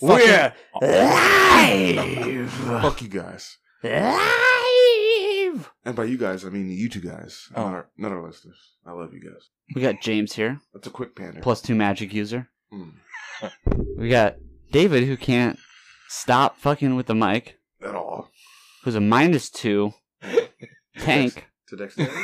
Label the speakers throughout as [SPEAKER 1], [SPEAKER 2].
[SPEAKER 1] Oh,
[SPEAKER 2] We're
[SPEAKER 3] live,
[SPEAKER 2] Fuck you guys.
[SPEAKER 3] live.
[SPEAKER 2] And by you guys, I mean you two guys.
[SPEAKER 3] Oh.
[SPEAKER 2] Not, our, not our listeners. I love you guys.
[SPEAKER 3] We got James here,
[SPEAKER 2] That's a quick pander.
[SPEAKER 3] plus two magic user.
[SPEAKER 2] Mm,
[SPEAKER 3] We got David who can't stop fucking with the mic,
[SPEAKER 2] at all.
[SPEAKER 3] who's a minus two. Tank
[SPEAKER 2] To dexterity?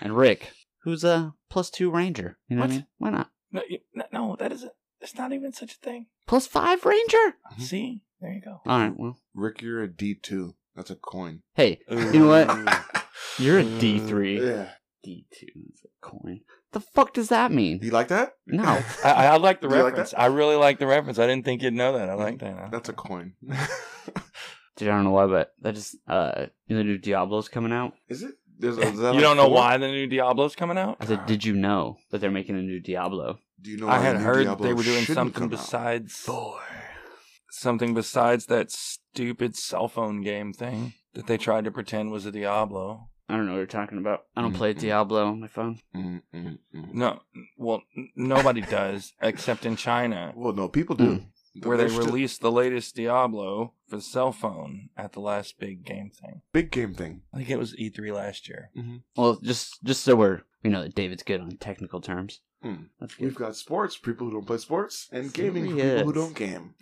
[SPEAKER 3] and Rick, who's a plus two ranger. You know what, I
[SPEAKER 1] What?
[SPEAKER 3] mean? Why not?
[SPEAKER 1] No, you, no, no, that isn't. It's not even such a thing.
[SPEAKER 3] Plus five ranger.
[SPEAKER 2] Mhm.
[SPEAKER 1] See, there you go.
[SPEAKER 3] All right. Well,
[SPEAKER 2] Rick, you're a D2. That's a coin.
[SPEAKER 3] hey,
[SPEAKER 1] Ooh.
[SPEAKER 3] you know what? You're a D three,
[SPEAKER 2] Uh, Yeah.
[SPEAKER 3] D two coin. The fuck does that mean?
[SPEAKER 2] You like that?
[SPEAKER 3] No.
[SPEAKER 1] I, I like the
[SPEAKER 2] Do you like
[SPEAKER 1] reference. I really like the reference. I didn't think you'd know that. I like that.
[SPEAKER 2] That's a coin.
[SPEAKER 3] Dude, I don't know why, but that just uh, you know, the new Diablo's coming out.
[SPEAKER 2] is it? There's, is that
[SPEAKER 1] you
[SPEAKER 2] a
[SPEAKER 1] don't know
[SPEAKER 2] four?
[SPEAKER 1] why the new Diablo's coming out?
[SPEAKER 3] I said, did you know that they're making a new Diablo?
[SPEAKER 2] Do you know
[SPEAKER 1] I
[SPEAKER 2] why
[SPEAKER 1] had
[SPEAKER 2] the new
[SPEAKER 1] heard
[SPEAKER 2] Diablo
[SPEAKER 1] they were doing
[SPEAKER 2] shouldn't
[SPEAKER 1] something
[SPEAKER 2] come out?
[SPEAKER 1] besides
[SPEAKER 3] Four.
[SPEAKER 1] something besides that stupid cell phone game thing that they tried to pretend was a Diablo.
[SPEAKER 3] I don't know what you're talking about. I don't play
[SPEAKER 2] Mhm.
[SPEAKER 3] Diablo on my phone.
[SPEAKER 2] Mm, mm, mm.
[SPEAKER 1] No, well, n- nobody does except in China,
[SPEAKER 2] Well, no, people do.
[SPEAKER 1] Hmm. where they
[SPEAKER 2] There's still-
[SPEAKER 1] released the latest Diablo for the cell phone at the last big game thing.
[SPEAKER 2] big game thing.
[SPEAKER 1] I think it was E3 last year.
[SPEAKER 3] Well, just just so we're we know that David's good on technical terms.
[SPEAKER 2] Mm.
[SPEAKER 3] That's good.
[SPEAKER 2] We've got sports for people who don't play sports, and gaming for
[SPEAKER 3] Serious.
[SPEAKER 2] people who don't game.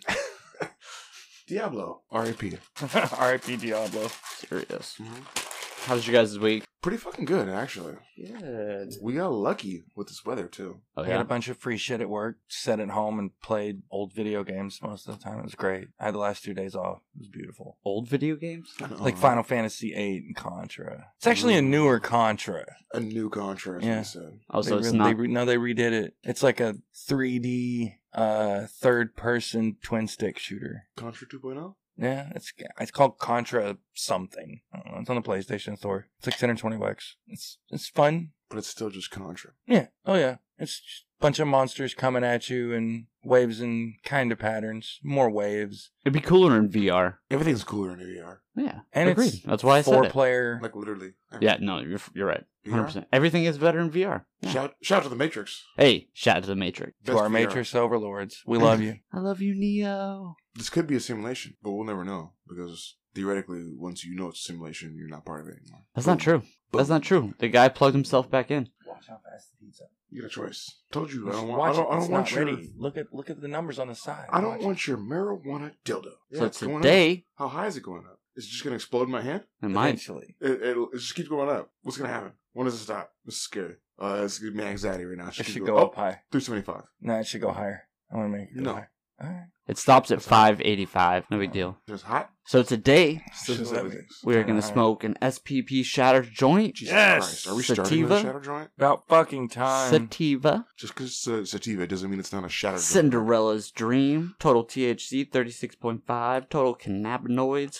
[SPEAKER 2] Diablo, R.I.P.
[SPEAKER 1] R.I.P. Diablo.
[SPEAKER 3] Serious.
[SPEAKER 1] Mm-hmm.
[SPEAKER 3] How's your guys' week?
[SPEAKER 2] Pretty fucking good, actually.
[SPEAKER 3] Good.
[SPEAKER 2] We got lucky with this weather too.
[SPEAKER 3] Oh
[SPEAKER 1] I got
[SPEAKER 3] yeah.
[SPEAKER 1] a bunch of free shit at work, sat at home and played old video games most of the time. It was great. I had the last two days off. It was beautiful.
[SPEAKER 3] Old video games.
[SPEAKER 1] Like Final Fantasy VIII and Contra. It's actually a newer Contra.
[SPEAKER 2] a new contract.
[SPEAKER 1] Yeah.
[SPEAKER 2] Yeah. Said.
[SPEAKER 3] Also,
[SPEAKER 1] they
[SPEAKER 3] Oh, it's
[SPEAKER 1] re-
[SPEAKER 3] not.
[SPEAKER 1] They re- no, they redid it. It's like a 3D uh, third person twin stick shooter.
[SPEAKER 2] Contra oh? 2.0.
[SPEAKER 1] Yeah, it's it's called Contra something. I don't know. It's on the PlayStation Store. It's like 120 bucks. It's it's fun.
[SPEAKER 2] But it's still just Contra.
[SPEAKER 1] Yeah. Oh yeah. It's just a bunch of monsters coming at you and waves and kind of patterns. More waves.
[SPEAKER 3] It'd be cooler in VR.
[SPEAKER 2] Everything's cooler in VR.
[SPEAKER 3] Yeah.
[SPEAKER 1] And
[SPEAKER 3] agreed.
[SPEAKER 1] it's
[SPEAKER 3] That's why I
[SPEAKER 1] four
[SPEAKER 3] said it.
[SPEAKER 1] player.
[SPEAKER 2] Like literally.
[SPEAKER 3] Yeah. No, you're you're right. Hundred
[SPEAKER 2] VR?
[SPEAKER 3] percent. Everything is better in VR. Yeah.
[SPEAKER 2] Shout shout out to the Matrix.
[SPEAKER 3] Hey, shout out to the Matrix.
[SPEAKER 1] to our
[SPEAKER 2] VR.
[SPEAKER 1] Matrix overlords. We love you.
[SPEAKER 3] I love you, Neo.
[SPEAKER 2] This could be a simulation, but we'll never know because theoretically, once you know it's a simulation, you're not part of it anymore.
[SPEAKER 3] That's not true. That's not true. The guy plugged himself back in.
[SPEAKER 1] Watch how fast the pizza.
[SPEAKER 2] You got a choice. Told you. I
[SPEAKER 1] Just
[SPEAKER 2] don't
[SPEAKER 1] watch
[SPEAKER 2] want. I don't,
[SPEAKER 1] it.
[SPEAKER 2] I don't
[SPEAKER 1] It's
[SPEAKER 2] want
[SPEAKER 1] not
[SPEAKER 2] your.
[SPEAKER 1] ready. Look at look at the numbers on the side.
[SPEAKER 2] I don't
[SPEAKER 1] Watch
[SPEAKER 2] want your marijuana dildo. Yeah, it's
[SPEAKER 3] so
[SPEAKER 2] going up.
[SPEAKER 3] today,
[SPEAKER 2] How high is it going up? Is it just going to explode in my hand?
[SPEAKER 3] it
[SPEAKER 1] it.
[SPEAKER 3] might.
[SPEAKER 1] eventually.
[SPEAKER 2] It, it, it just keeps going up. What's going to happen? When does it stop? This is scary. Uh, it's giving me anxiety right now.
[SPEAKER 1] It
[SPEAKER 2] keep
[SPEAKER 1] should
[SPEAKER 2] going-
[SPEAKER 1] go up high.
[SPEAKER 2] Oh, 375.
[SPEAKER 1] No, it should go higher. I want to make it go
[SPEAKER 2] No.
[SPEAKER 1] higher. All right.
[SPEAKER 3] It stops at 585. No big deal.
[SPEAKER 2] There's hot.
[SPEAKER 3] So today,
[SPEAKER 2] Still
[SPEAKER 1] Shit,
[SPEAKER 2] does
[SPEAKER 1] that
[SPEAKER 2] everything.
[SPEAKER 1] makes-
[SPEAKER 3] we are going to
[SPEAKER 1] Alright.
[SPEAKER 3] smoke an SPP shattered joint.
[SPEAKER 2] Jesus
[SPEAKER 1] Yes!
[SPEAKER 2] Christ. Are we starting with
[SPEAKER 3] Sativa?
[SPEAKER 2] a shadow joint?
[SPEAKER 1] About fucking time.
[SPEAKER 3] Sativa.
[SPEAKER 2] Just because it's uh, sativa doesn't mean it's not a shadow joint.
[SPEAKER 3] Cinderella's Dream. Total THC 36.5. Total cannabinoids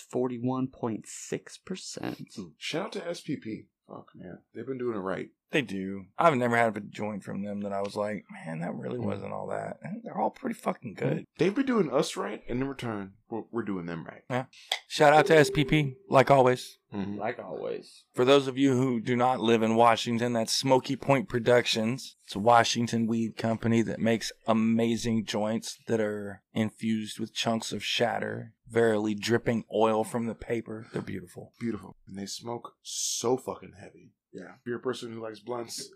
[SPEAKER 3] 41.6%.
[SPEAKER 2] Shout out to SPP. Fuck, man. They've been doing it right.
[SPEAKER 1] They do. I've never had a joint from them that I was like, man, that really wasn't all that. And they're all pretty fucking good.
[SPEAKER 2] They've been doing us right, and in return, we're, we're doing them right.
[SPEAKER 1] Shout out to SPP, like always.
[SPEAKER 2] Mhm.
[SPEAKER 3] Like always.
[SPEAKER 1] For those of you who do not live in Washington, that's Smoky Point Productions. It's a Washington weed company that makes amazing joints that are infused with chunks of shatter, verily dripping oil from the paper. They're beautiful.
[SPEAKER 2] Beautiful. And they smoke so fucking heavy. Yeah. If you're a person who likes blunts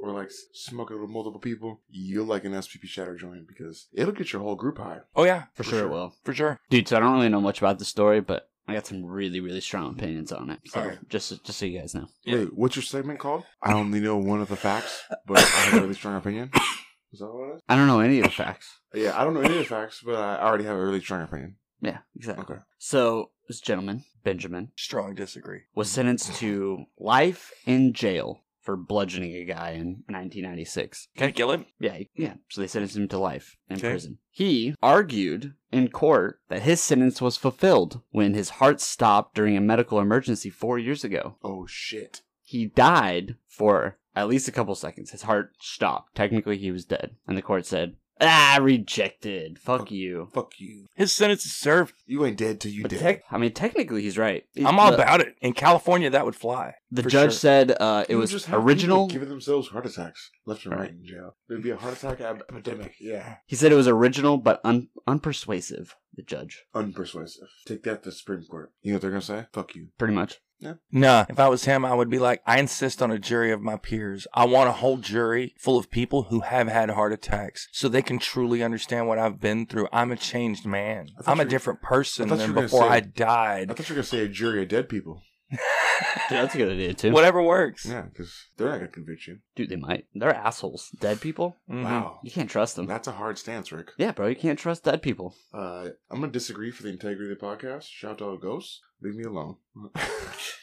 [SPEAKER 2] or likes smoking with multiple people, you'll like an SPP shadow joint because it'll get your whole group high.
[SPEAKER 1] Oh, yeah,
[SPEAKER 3] For,
[SPEAKER 2] For
[SPEAKER 3] sure,
[SPEAKER 2] sure.
[SPEAKER 3] it will.
[SPEAKER 1] for sure.
[SPEAKER 3] Dude, so I don't really know much about the story, but I got some really, really strong opinions on it. So
[SPEAKER 1] Alright.
[SPEAKER 3] just, just so you guys know.
[SPEAKER 1] Yeah.
[SPEAKER 2] Wait, what's your segment called? I only know one of the facts, but I have a really strong opinion. Is that what it
[SPEAKER 3] I don't know any of the facts.
[SPEAKER 2] is? Yeah, I don't know any of the facts, but I already have a really strong opinion.
[SPEAKER 3] Yeah, exactly.
[SPEAKER 2] Okay.
[SPEAKER 3] So this gentleman, Benjamin,
[SPEAKER 1] Strong disagree.
[SPEAKER 3] was sentenced to life in jail for bludgeoning a guy in 1996.
[SPEAKER 1] Can I kill him?
[SPEAKER 3] Yeah, he- yeah. So they sentenced him to life in
[SPEAKER 1] Okay.
[SPEAKER 3] prison. He argued in court that his sentence was fulfilled when his heart stopped during a medical emergency four years ago.
[SPEAKER 2] Oh shit.
[SPEAKER 3] He died for at least a couple seconds. His heart stopped. Technically, he was dead. And the court said, Ah, rejected. Fuck you.
[SPEAKER 2] Fuck you.
[SPEAKER 1] His sentence is served.
[SPEAKER 2] You ain't dead till Oh, you
[SPEAKER 3] But
[SPEAKER 2] dead.
[SPEAKER 3] tech, I mean, technically, he's right.
[SPEAKER 1] I'm all
[SPEAKER 3] the,
[SPEAKER 1] about it. In California, that would fly.
[SPEAKER 3] The
[SPEAKER 1] for
[SPEAKER 3] judge
[SPEAKER 1] sure.
[SPEAKER 3] said uh, it
[SPEAKER 2] You
[SPEAKER 3] was
[SPEAKER 2] just have people
[SPEAKER 3] original.
[SPEAKER 2] Giving themselves heart attacks left and
[SPEAKER 3] Right.
[SPEAKER 2] right, in jail. There'd be a heart attack ep- epidemic. Yeah.
[SPEAKER 3] He said it was original but un- unpersuasive. The judge,
[SPEAKER 2] Unpersuasive. Take that to the Supreme Court. You know what they're going to say? Fuck you.
[SPEAKER 3] pretty much.
[SPEAKER 1] Nah, if I was him, I would be like, I insist on a jury of my peers. I want a whole jury full of people who have had heart attacks so they can truly understand what I've been through. I'm a changed man.
[SPEAKER 2] I thought
[SPEAKER 1] I'm a
[SPEAKER 2] you-
[SPEAKER 1] different
[SPEAKER 2] I
[SPEAKER 1] person
[SPEAKER 2] thought you
[SPEAKER 1] than
[SPEAKER 2] were gonna
[SPEAKER 1] before
[SPEAKER 2] say-
[SPEAKER 1] I
[SPEAKER 2] I
[SPEAKER 1] died.
[SPEAKER 2] thought you were going to say a jury of dead people.
[SPEAKER 3] Dude, that's a good idea too.
[SPEAKER 1] Whatever works.
[SPEAKER 2] Yeah, because they're not going to convict you.
[SPEAKER 3] Dude, they might. They're assholes. Dead people.
[SPEAKER 1] Mhm.
[SPEAKER 2] Wow.
[SPEAKER 3] You can't trust them.
[SPEAKER 2] That's a hard stance, Rick.
[SPEAKER 3] Yeah, bro, you can't trust dead people.
[SPEAKER 2] Uh, I'm going to disagree for the integrity of the podcast. Shout out to Ghost. Leave me alone.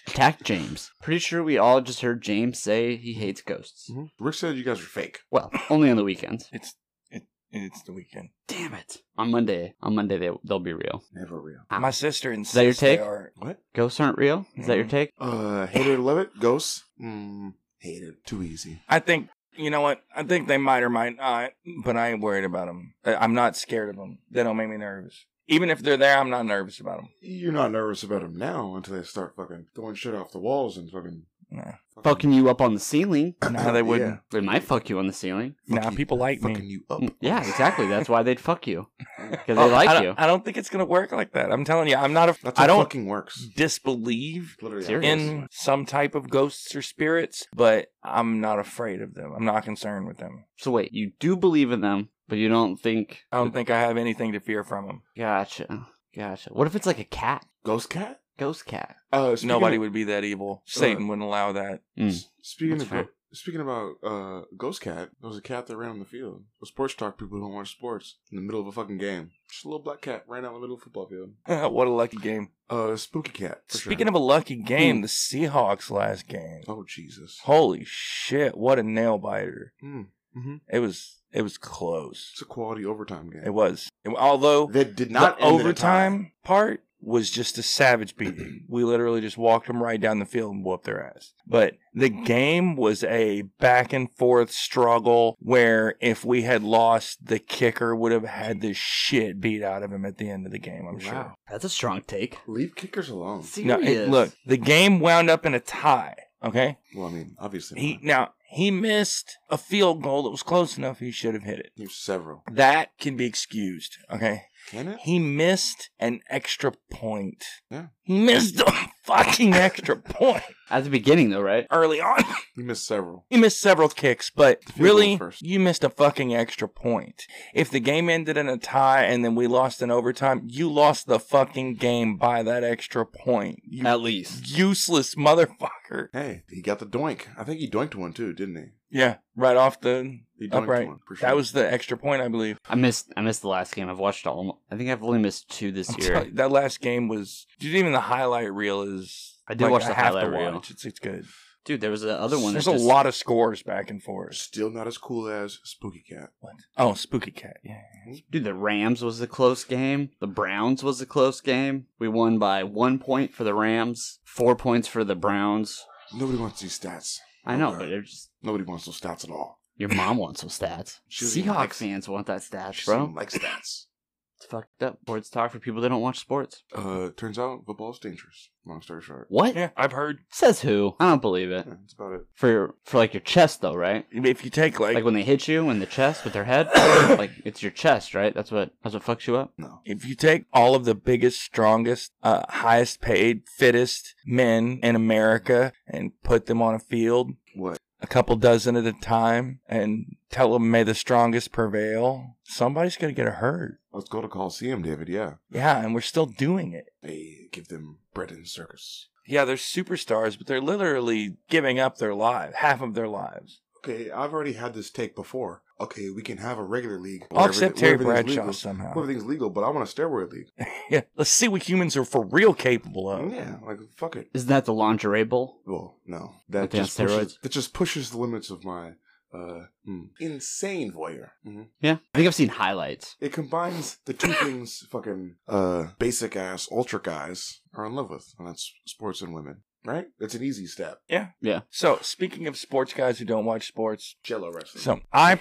[SPEAKER 3] Attack James. Pretty sure we all just heard James say he hates ghosts.
[SPEAKER 2] Mhm. Rick said you guys are fake.
[SPEAKER 3] Well, only on the weekends.
[SPEAKER 1] It's it, it's the weekend.
[SPEAKER 3] Damn it. On Monday. On Monday they they'll be real.
[SPEAKER 2] Never real.
[SPEAKER 3] Ah.
[SPEAKER 1] My sister and
[SPEAKER 3] that your take?
[SPEAKER 1] Are,
[SPEAKER 2] What?
[SPEAKER 3] Ghosts aren't real? Is that your
[SPEAKER 1] Mhm.
[SPEAKER 3] take?
[SPEAKER 2] Uh, hate it, love it. Ghosts? Mm, hate it. Too easy.
[SPEAKER 1] I think you know what? I think they might or might not, but I ain't worried about them. I'm not scared of them. They don't make me nervous. Even if they're there, I'm not nervous about them.
[SPEAKER 2] You're not nervous about them now until they start fucking throwing shit off the walls and fucking.
[SPEAKER 1] Nah.
[SPEAKER 3] Fucking you up on the ceiling.
[SPEAKER 1] No, they wouldn't.
[SPEAKER 3] They might fuck you on the ceiling. Mm,
[SPEAKER 2] Fuck
[SPEAKER 1] Nah,
[SPEAKER 2] you.
[SPEAKER 1] people like me.
[SPEAKER 2] fucking you up.
[SPEAKER 3] Yeah, exactly. That's why they'd fuck you. Because they
[SPEAKER 1] Oh, I
[SPEAKER 3] like
[SPEAKER 1] don't-
[SPEAKER 3] you.
[SPEAKER 1] I don't think it's gonna work like that. I'm telling you, I'm not. A,
[SPEAKER 2] That's how
[SPEAKER 1] I don't
[SPEAKER 2] fucking works.
[SPEAKER 1] disbelieve
[SPEAKER 2] Literally,
[SPEAKER 3] Serious.
[SPEAKER 1] in some type of ghosts or spirits, but I'm not afraid of them. I'm not concerned with them.
[SPEAKER 3] So wait, you do believe in them, but you don't think
[SPEAKER 1] I don't think I have anything to fear from them.
[SPEAKER 3] Gotcha. Gotcha. What if it's like a cat?
[SPEAKER 2] Ghost cat.
[SPEAKER 3] Ghost cat.
[SPEAKER 2] Uh, speaking
[SPEAKER 1] Nobody
[SPEAKER 2] of-
[SPEAKER 1] would be that evil. Satan wouldn't allow that.
[SPEAKER 3] Mm.
[SPEAKER 2] Hmm. Speaking
[SPEAKER 3] That's
[SPEAKER 2] of go-
[SPEAKER 3] fair.
[SPEAKER 2] speaking about uh, ghost cat, there was a cat that ran on the field. For sports talk people who don't watch sports in the middle of a fucking game. Just a little black cat ran out in the middle of a football field.
[SPEAKER 1] what a lucky game.
[SPEAKER 2] Uh, spooky cat. For
[SPEAKER 1] Speaking of a lucky game, the Seahawks last game.
[SPEAKER 2] of, oh Jesus,
[SPEAKER 1] Holy shit, what a nail biter.
[SPEAKER 2] Mm, mhm.
[SPEAKER 1] It was it was close.
[SPEAKER 2] it's a quality overtime game.
[SPEAKER 1] It was. It- although
[SPEAKER 2] that did
[SPEAKER 1] not
[SPEAKER 2] not
[SPEAKER 1] the
[SPEAKER 2] end in a
[SPEAKER 1] overtime part was just a savage beating. we literally just walked them right down the field and whooped their ass. But the game was a back and forth struggle where if we had lost, the kicker would have had the shit beat out of him at the end of the game, I'm sure.
[SPEAKER 2] Wow.
[SPEAKER 3] That's a strong take.
[SPEAKER 2] tie. Leave kickers alone.
[SPEAKER 1] No,
[SPEAKER 3] Serious.
[SPEAKER 1] it- look, the game wound up in a tie, okay?
[SPEAKER 2] Well, I mean, obviously
[SPEAKER 1] He
[SPEAKER 2] not.
[SPEAKER 1] now he missed a field goal that was close enough he should have hit it.
[SPEAKER 2] There's several.
[SPEAKER 1] That can be excused. Okay.
[SPEAKER 2] Can it?
[SPEAKER 1] He missed an extra point.
[SPEAKER 2] Yeah.
[SPEAKER 1] He missed a fucking extra point
[SPEAKER 3] At the beginning, though, right?
[SPEAKER 1] early on.
[SPEAKER 2] He missed several.
[SPEAKER 1] He missed several kicks, but
[SPEAKER 2] Field goal
[SPEAKER 1] really,
[SPEAKER 2] first.
[SPEAKER 1] you missed a fucking extra point. If the game ended in a tie and then we lost in overtime, you lost the fucking game by that extra point. You
[SPEAKER 3] At least.
[SPEAKER 1] useless motherfucker.
[SPEAKER 2] Hey, he got the doink. I think he doinked one too, didn't
[SPEAKER 1] Yeah, right off the
[SPEAKER 2] he? He doinked
[SPEAKER 1] upright.
[SPEAKER 2] one. for sure.
[SPEAKER 1] That was the extra point, I believe.
[SPEAKER 3] I missed. I missed the last game. I've watched all. I think I've only missed two this
[SPEAKER 1] I'm
[SPEAKER 3] year.
[SPEAKER 1] telling you, that last game was dude. Even the highlight reel is.
[SPEAKER 3] I did watch the
[SPEAKER 1] have to
[SPEAKER 3] highlight reel.
[SPEAKER 1] watch. It's, it's good.
[SPEAKER 3] Dude, there was the other one. that
[SPEAKER 1] There's a
[SPEAKER 3] just-
[SPEAKER 1] lot of scores back and forth.
[SPEAKER 2] still not as cool as Spooky Cat.
[SPEAKER 1] What? Oh, Spooky Cat. Yeah.
[SPEAKER 3] Dude, the Rams was a close game. The Browns was a close game. We won by one point for the Rams, four points for the Browns.
[SPEAKER 2] Nobody wants these stats.
[SPEAKER 3] I know,
[SPEAKER 2] Okay.
[SPEAKER 3] but they're just.
[SPEAKER 2] Nobody wants those stats at all.
[SPEAKER 3] Your mom wants those stats.
[SPEAKER 2] She doesn't even
[SPEAKER 3] Seahawks
[SPEAKER 2] like-
[SPEAKER 3] fans want that
[SPEAKER 2] She
[SPEAKER 3] stats,
[SPEAKER 2] doesn't
[SPEAKER 3] bro.
[SPEAKER 2] even like stats.
[SPEAKER 3] It's fucked up. Sports talk for people that don't watch sports.
[SPEAKER 2] Uh, turns out football's dangerous. Long story short,
[SPEAKER 3] What?
[SPEAKER 1] Yeah, I've heard.
[SPEAKER 3] Says who? I don't believe it.
[SPEAKER 2] yeah, that's about it.
[SPEAKER 3] For for like your chest though, right?
[SPEAKER 1] If you take like,
[SPEAKER 3] Like when they hit you in the chest with their head, like it's your chest, right? That's what that's what fucks you up.
[SPEAKER 2] No,
[SPEAKER 1] if you take all of the biggest, strongest, uh, highest paid, fittest men in America and put them on a field,
[SPEAKER 2] what?
[SPEAKER 1] a couple dozen at a time, and tell them may the strongest prevail, somebody's gonna get hurt.
[SPEAKER 2] Let's go to Coliseum, David. Yeah,
[SPEAKER 1] Yeah, and we're still doing it.
[SPEAKER 2] they give them bread and circus.
[SPEAKER 1] Yeah, they're superstars, but they're literally giving up their lives, half of their lives.
[SPEAKER 2] Okay, I've already had this take before. Okay, we can have a regular league.
[SPEAKER 1] I'll accept Terry
[SPEAKER 2] where everything's
[SPEAKER 1] Bradshaw
[SPEAKER 2] legal.
[SPEAKER 1] somehow.
[SPEAKER 2] Where everything's legal, but I want a steroid league.
[SPEAKER 1] Yeah, let's see what humans are for real capable of.
[SPEAKER 3] Mm-hmm.
[SPEAKER 2] yeah, like fuck it.
[SPEAKER 3] Isn't that the lingerie bowl?
[SPEAKER 2] Well, no, that
[SPEAKER 3] Okay, on
[SPEAKER 2] just pushes,
[SPEAKER 3] steroids.
[SPEAKER 2] that just pushes the limits of my uh mm, insane voyeur. hmm
[SPEAKER 3] Yeah, I think I've seen highlights.
[SPEAKER 2] It combines the two things fucking uh basic ass ultra guys are in love with, and that's sports and women. Right? It's an easy step.
[SPEAKER 1] So, speaking of sports guys who don't watch sports,
[SPEAKER 2] Jello wrestling.
[SPEAKER 1] so I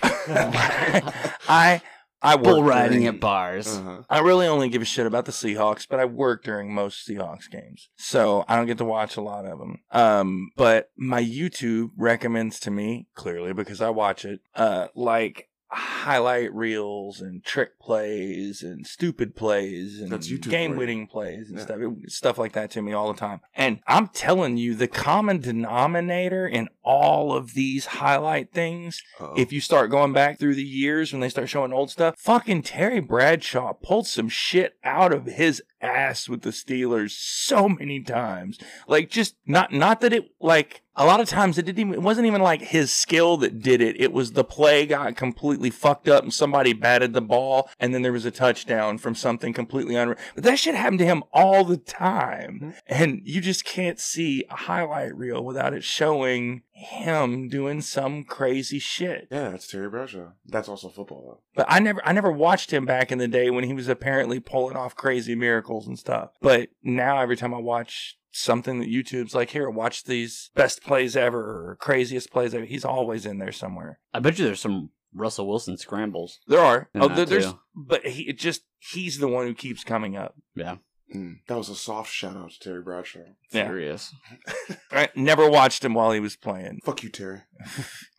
[SPEAKER 1] I I work
[SPEAKER 3] bull riding Uh.
[SPEAKER 1] during-
[SPEAKER 3] at bars.
[SPEAKER 2] Uh-huh.
[SPEAKER 1] I really only give a shit about the Seahawks, but I work during most Seahawks games, so I don't get to watch a lot of them. Um, but my YouTube recommends to me clearly because I watch it, uh, like highlight reels and trick plays and stupid plays and
[SPEAKER 2] That's YouTube for you.
[SPEAKER 1] game-winning plays and
[SPEAKER 2] Yeah.
[SPEAKER 1] stuff, It- stuff like that to me all the time. And I'm telling you, the common denominator in all of these highlight things
[SPEAKER 2] Uh-oh.
[SPEAKER 1] if you start going back through the years when they start showing old stuff, fucking Terry Bradshaw pulled some shit out of his ass with the Steelers so many times. Like just not not that it like a lot of times it didn't even it wasn't even like his skill that did it. It was the play got completely fucked up and somebody batted the ball and then there was a touchdown from something completely unreal. But that shit happened to him all the time. And you just can't see a highlight reel without it showing him doing some crazy shit.
[SPEAKER 2] yeah, that's Terry Bradshaw. That's also football,
[SPEAKER 1] But I never I never watched him back in the day when he was apparently pulling off crazy miracles and stuff. But now every time I watch something that YouTube's like, here, watch these best plays ever or craziest plays ever, he's always in there somewhere.
[SPEAKER 3] I bet you there's some Russell Wilson scrambles.
[SPEAKER 1] There are.
[SPEAKER 3] And
[SPEAKER 1] Oh,
[SPEAKER 3] that
[SPEAKER 1] there, there's
[SPEAKER 3] too.
[SPEAKER 1] but he it just he's the one who keeps coming up.
[SPEAKER 2] though. Mm. That was a soft shout out to Terry Bradshaw.
[SPEAKER 1] Yeah.
[SPEAKER 3] Furious.
[SPEAKER 1] I never watched him while he was playing.
[SPEAKER 2] Fuck you, Terry.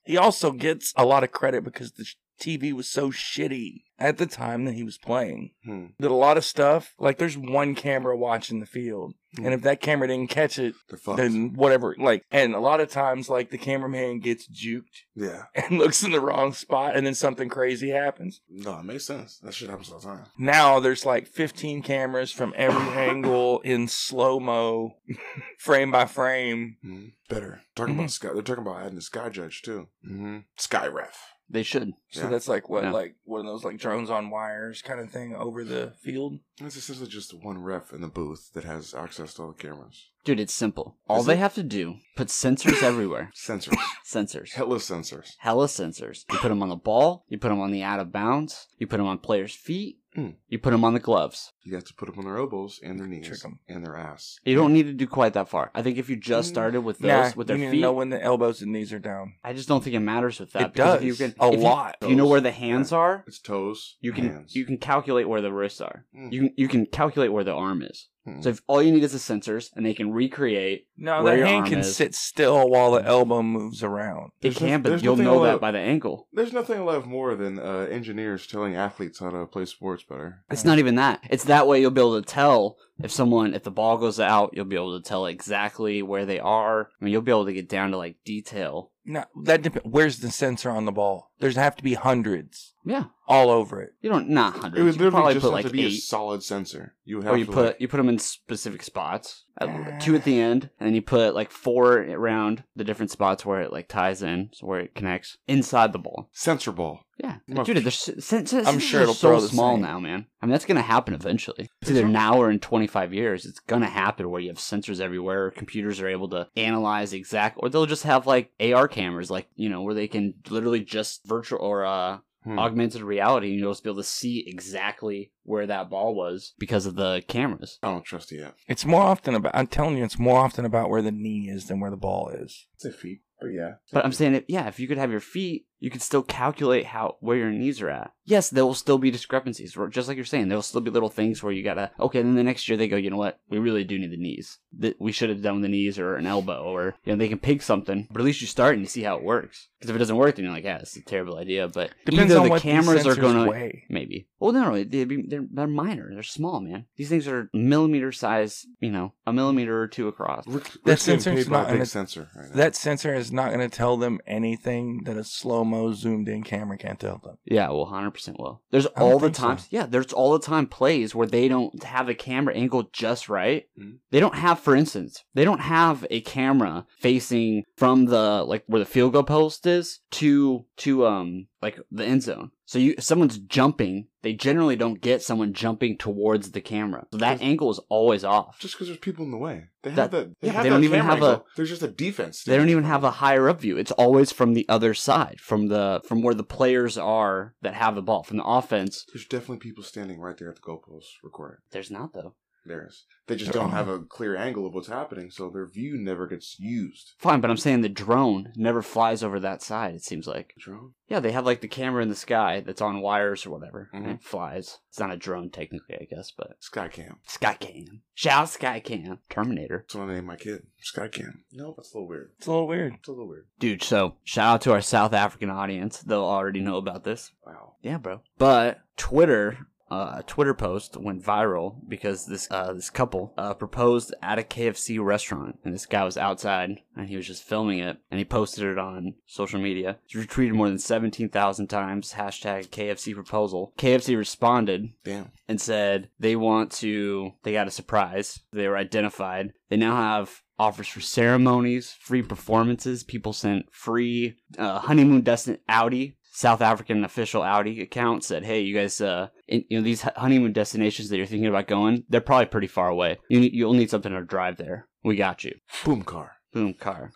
[SPEAKER 1] He also gets a lot of credit because the sh- TV was so shitty at the time that he was playing.
[SPEAKER 2] Hmm.
[SPEAKER 1] Did a lot of stuff. Like there's one camera watching the field.
[SPEAKER 2] Hmm.
[SPEAKER 1] And if that camera didn't catch it,
[SPEAKER 2] They're fucked.
[SPEAKER 1] then whatever. Like, and a lot of times, like the cameraman gets juked
[SPEAKER 2] yeah.
[SPEAKER 1] and looks in the wrong spot, and then something crazy happens.
[SPEAKER 2] No, it makes sense. That shit happens all the time.
[SPEAKER 1] Now there's like 15 cameras from every angle in slow mo, frame by frame.
[SPEAKER 2] Mm. Better. Talking
[SPEAKER 1] Mm-hmm.
[SPEAKER 2] about Sky. They're talking about adding a Sky Judge, too. Mm-hmm. Sky Ref.
[SPEAKER 3] They should.
[SPEAKER 1] So
[SPEAKER 2] Yeah.
[SPEAKER 1] that's like what,
[SPEAKER 3] Yeah.
[SPEAKER 1] like one of those like drones on wires kind of thing over the field.
[SPEAKER 2] It's essentially just one ref in the booth that has access to all the cameras.
[SPEAKER 3] Dude, it's simple. All
[SPEAKER 2] Is
[SPEAKER 3] they
[SPEAKER 2] it?
[SPEAKER 3] have to do, put sensors everywhere.
[SPEAKER 2] Sensors.
[SPEAKER 3] Sensors.
[SPEAKER 2] Hitless sensors.
[SPEAKER 3] hella sensors. You put them on the ball, you put them on the out of bounds, you put them on players' feet,
[SPEAKER 2] Mm.
[SPEAKER 3] you put them on the gloves.
[SPEAKER 2] You have to put them on their elbows and their knees
[SPEAKER 1] Trick 'em.
[SPEAKER 2] and their ass.
[SPEAKER 3] You don't need to do quite that far. I think if you just
[SPEAKER 2] Mm.
[SPEAKER 3] started with those,
[SPEAKER 1] Nah,
[SPEAKER 3] with their
[SPEAKER 1] you need
[SPEAKER 3] feet,
[SPEAKER 1] to know when the elbows and knees are down.
[SPEAKER 3] I just don't think it matters with that.
[SPEAKER 1] it
[SPEAKER 3] because
[SPEAKER 1] does
[SPEAKER 3] if you can,
[SPEAKER 1] a
[SPEAKER 3] if you-
[SPEAKER 1] lot.
[SPEAKER 3] if you know where the hands are,
[SPEAKER 2] It's toes.
[SPEAKER 3] you can
[SPEAKER 2] hands.
[SPEAKER 3] you can calculate where the wrists are.
[SPEAKER 2] Mm.
[SPEAKER 3] You can you can calculate where the arm is.
[SPEAKER 2] Mm.
[SPEAKER 3] So if all you need is the sensors, and they can recreate,
[SPEAKER 1] no,
[SPEAKER 3] where
[SPEAKER 1] the
[SPEAKER 3] your
[SPEAKER 1] hand
[SPEAKER 3] arm
[SPEAKER 1] can
[SPEAKER 3] is. Hmm.
[SPEAKER 1] sit still while the elbow moves around.
[SPEAKER 3] it
[SPEAKER 2] There's no-
[SPEAKER 3] can. but
[SPEAKER 2] there's
[SPEAKER 3] you'll
[SPEAKER 2] nothing
[SPEAKER 3] know
[SPEAKER 2] about-
[SPEAKER 3] that by the ankle.
[SPEAKER 2] There's nothing I love more than uh, engineers telling athletes how to play sports better.
[SPEAKER 3] It's not even that. It's that way you'll be able to tell if someone if the ball goes out, you'll be able to tell exactly where they are. I mean, you'll be able to get down to like detail.
[SPEAKER 1] No, that depends. Where's the sensor on the ball? There's have to be hundreds
[SPEAKER 3] Yeah,
[SPEAKER 1] all over it.
[SPEAKER 3] you don't not
[SPEAKER 2] It would
[SPEAKER 3] hundreds. You
[SPEAKER 2] literally
[SPEAKER 3] probably
[SPEAKER 2] just
[SPEAKER 3] put
[SPEAKER 2] have
[SPEAKER 3] like
[SPEAKER 2] to be a
[SPEAKER 3] eight,
[SPEAKER 2] solid sensor. You would have
[SPEAKER 3] or you
[SPEAKER 2] to
[SPEAKER 3] put
[SPEAKER 2] like-
[SPEAKER 3] you put them in specific spots.
[SPEAKER 1] Ah.
[SPEAKER 3] Uh, two at the end, and then you put like four around the different spots where it like ties in, so where it connects inside the ball.
[SPEAKER 2] sensor ball.
[SPEAKER 3] Yeah,
[SPEAKER 2] Must-
[SPEAKER 3] dude, there's since
[SPEAKER 1] I'm
[SPEAKER 3] I'm
[SPEAKER 1] sure
[SPEAKER 3] sure
[SPEAKER 1] it'll
[SPEAKER 3] so
[SPEAKER 1] throw the
[SPEAKER 3] small
[SPEAKER 1] same.
[SPEAKER 3] now, man. I mean, that's gonna happen eventually. It's either now or in 25 years. It's gonna happen where you have sensors everywhere. Computers are able to analyze exact, or they'll just have like AR cameras, like you know, where they can literally just virtual or uh,
[SPEAKER 2] Hmm.
[SPEAKER 3] augmented reality, and you'll just be able to see exactly where that ball was because of the cameras.
[SPEAKER 2] I don't trust the app.
[SPEAKER 1] It's more often about. I'm telling you, it's more often about where the knee is than where the ball is.
[SPEAKER 2] It's a feat, but yeah.
[SPEAKER 3] But I'm saying, if, yeah, if you could have your feet, you could still calculate how where your knees are at. Yes, there will still be discrepancies, or just like you're saying, there will still be little things where you gotta. Okay, then the next year they go, you know what? We really do need the knees. That we should have done the knees or an elbow, or you know they can pick something. But at least you start and you see how it works. Because if it doesn't work, then you're like, yeah, it's a terrible idea. But
[SPEAKER 1] Depends
[SPEAKER 3] either
[SPEAKER 1] on
[SPEAKER 3] the
[SPEAKER 1] what
[SPEAKER 3] cameras
[SPEAKER 1] these
[SPEAKER 3] are
[SPEAKER 1] sensors
[SPEAKER 3] gonna
[SPEAKER 1] weigh.
[SPEAKER 3] maybe. Well, no, no, they'd be, they're, they're minor. They're small, man. These things are millimeter size. You know, a millimeter or two across.
[SPEAKER 2] Rick, Rick's
[SPEAKER 1] That
[SPEAKER 2] getting
[SPEAKER 1] sensor's
[SPEAKER 2] paid by
[SPEAKER 1] not
[SPEAKER 2] a big
[SPEAKER 1] gonna-
[SPEAKER 2] sensor right now.
[SPEAKER 1] That sensor is not going to tell them anything that a slow mo zoomed in camera can't tell them.
[SPEAKER 3] Yeah, well, hundred percent will. There's
[SPEAKER 1] I don't
[SPEAKER 3] all the
[SPEAKER 1] think so.
[SPEAKER 3] times. Yeah, there's all the time plays where they don't have a camera angle just right.
[SPEAKER 1] Mm-hmm.
[SPEAKER 2] Mhm.
[SPEAKER 3] They don't have, for instance, they don't have a camera facing from the like where the field goal post is to to um like the end zone. So you if someone's jumping. They generally don't get someone jumping towards the camera. So that
[SPEAKER 2] Just-
[SPEAKER 3] angle is always off.
[SPEAKER 2] Just because there's people in the way. They have
[SPEAKER 3] That-
[SPEAKER 2] that. They,
[SPEAKER 3] yeah,
[SPEAKER 2] have
[SPEAKER 3] they
[SPEAKER 2] that
[SPEAKER 3] don't even
[SPEAKER 2] camera
[SPEAKER 3] have a-
[SPEAKER 2] angle. There's just a defense.
[SPEAKER 3] They don't even have a higher up view. It's always from the other side, from the from where the players are that have the ball, from the offense.
[SPEAKER 2] There's definitely people standing right there at the goalpost recording.
[SPEAKER 3] There's not though.
[SPEAKER 2] theirs. They just don't have a clear angle of what's happening, so their view never gets used.
[SPEAKER 3] Fine, but I'm saying the drone never flies over that side, it seems like.
[SPEAKER 2] Drone?
[SPEAKER 3] Yeah, they have like the camera in the sky that's on wires or whatever, and
[SPEAKER 2] Mhm.
[SPEAKER 3] it flies. It's not a drone, technically, I guess, but.
[SPEAKER 2] Skycam.
[SPEAKER 3] Skycam. Shout Skycam. Terminator.
[SPEAKER 2] That's what I named my kid. Skycam. No, that's a little weird.
[SPEAKER 1] It's a little weird.
[SPEAKER 2] It's a little weird.
[SPEAKER 3] Dude, so shout out to our South African audience. They'll already know about this.
[SPEAKER 2] Wow.
[SPEAKER 3] Yeah, bro. But Twitter, uh, a Twitter post went viral because this uh, this couple uh, proposed at a KFC restaurant, and this guy was outside and he was just filming it, and he posted it on social media. It's retweeted more than seventeen thousand times. Hashtag KFC proposal. KFC responded
[SPEAKER 2] Damn.
[SPEAKER 3] and said they want to they got a surprise they were identified they now have offers for ceremonies free performances people sent free uh, honeymoon destin audi south african official audi account said hey you guys uh in, you know these hu- honeymoon destinations that you're thinking about going they're probably pretty far away you, ne- you'll need something to drive there we got you
[SPEAKER 2] Boom car.
[SPEAKER 3] boom car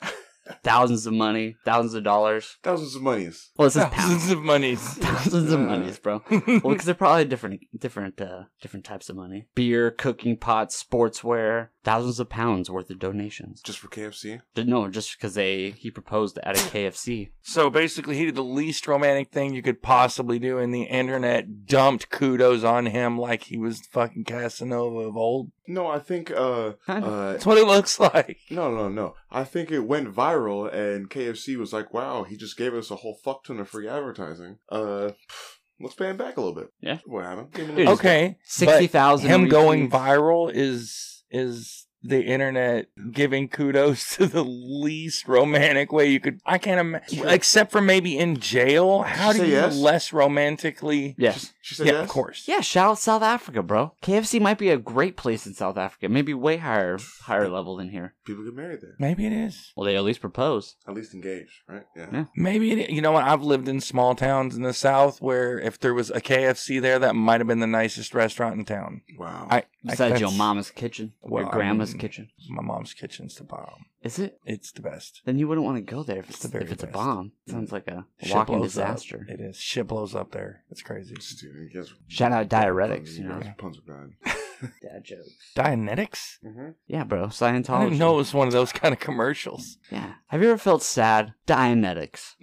[SPEAKER 3] thousands of money thousands of dollars
[SPEAKER 2] Thousands of monies.
[SPEAKER 3] well this is pounds
[SPEAKER 1] Thousands of monies.
[SPEAKER 3] thousands of monies bro well, because they're probably different, different, uh, different types of money. Beer, cooking pots, sportswear, thousands of pounds worth of donations.
[SPEAKER 2] Just for KFC?
[SPEAKER 3] Just- No, just because they he proposed at a KFC.
[SPEAKER 1] so basically, he did the least romantic thing you could possibly do, and the internet dumped kudos on him like he was fucking Casanova of old.
[SPEAKER 2] No, I think, uh,
[SPEAKER 3] Kind of.
[SPEAKER 2] uh,
[SPEAKER 1] That's what it looks like.
[SPEAKER 2] no, no, no. I think it went viral and KFC was like, wow, he just gave us a whole fuck ton of free advertising. Uh, pff, let's pay him back a little bit.
[SPEAKER 3] Yeah.
[SPEAKER 2] What happened? Give him
[SPEAKER 3] Dude,
[SPEAKER 2] a little-
[SPEAKER 1] Okay,
[SPEAKER 3] Sixty thousand.
[SPEAKER 1] him going
[SPEAKER 3] retweets.
[SPEAKER 1] viral is is the internet giving kudos to the least romantic way you could. I can't imagine,
[SPEAKER 2] Sure.
[SPEAKER 1] except for maybe in jail. How
[SPEAKER 2] she
[SPEAKER 1] do
[SPEAKER 2] say
[SPEAKER 1] you
[SPEAKER 2] yes?
[SPEAKER 1] less romantically?
[SPEAKER 3] Yes.
[SPEAKER 2] She said
[SPEAKER 1] yeah,
[SPEAKER 2] yes?
[SPEAKER 1] of course.
[SPEAKER 3] Yeah, shout out South Africa, bro. KFC might be a great place in South Africa. Maybe way higher, higher level than here.
[SPEAKER 2] People get married there.
[SPEAKER 1] Maybe it is.
[SPEAKER 3] Well, they at least propose.
[SPEAKER 2] At least engaged, right?
[SPEAKER 3] Yeah.
[SPEAKER 1] Maybe it. You know what? I've lived in small towns in the South where if there was a KFC there, that might have been the nicest restaurant in town.
[SPEAKER 2] Wow.
[SPEAKER 1] I
[SPEAKER 3] Besides
[SPEAKER 1] that's-
[SPEAKER 3] your mama's kitchen,
[SPEAKER 1] Well,
[SPEAKER 3] your
[SPEAKER 1] I
[SPEAKER 3] grandma's
[SPEAKER 1] mean-
[SPEAKER 3] kitchen.
[SPEAKER 1] My mom's kitchen's the bomb.
[SPEAKER 3] Is it?
[SPEAKER 1] It's the best.
[SPEAKER 3] Then you wouldn't want to go there if
[SPEAKER 1] It's
[SPEAKER 3] it's,
[SPEAKER 1] the very
[SPEAKER 3] if it's a
[SPEAKER 1] best. Mm.
[SPEAKER 3] bomb. Sounds like a
[SPEAKER 1] Shit
[SPEAKER 3] walking
[SPEAKER 1] blows up.
[SPEAKER 3] disaster.
[SPEAKER 1] It is. Shit blows up there. It's crazy.
[SPEAKER 2] Dude, you guys-
[SPEAKER 3] Shout out diuretics,
[SPEAKER 2] You
[SPEAKER 3] you know.
[SPEAKER 2] guys' puns are bad.
[SPEAKER 3] Dad jokes.
[SPEAKER 1] Dianetics?
[SPEAKER 3] Yeah, bro.
[SPEAKER 1] I
[SPEAKER 3] Scientology.
[SPEAKER 1] didn't know it was one of those kind of commercials.
[SPEAKER 3] Yeah. Have you ever felt sad? Dianetics.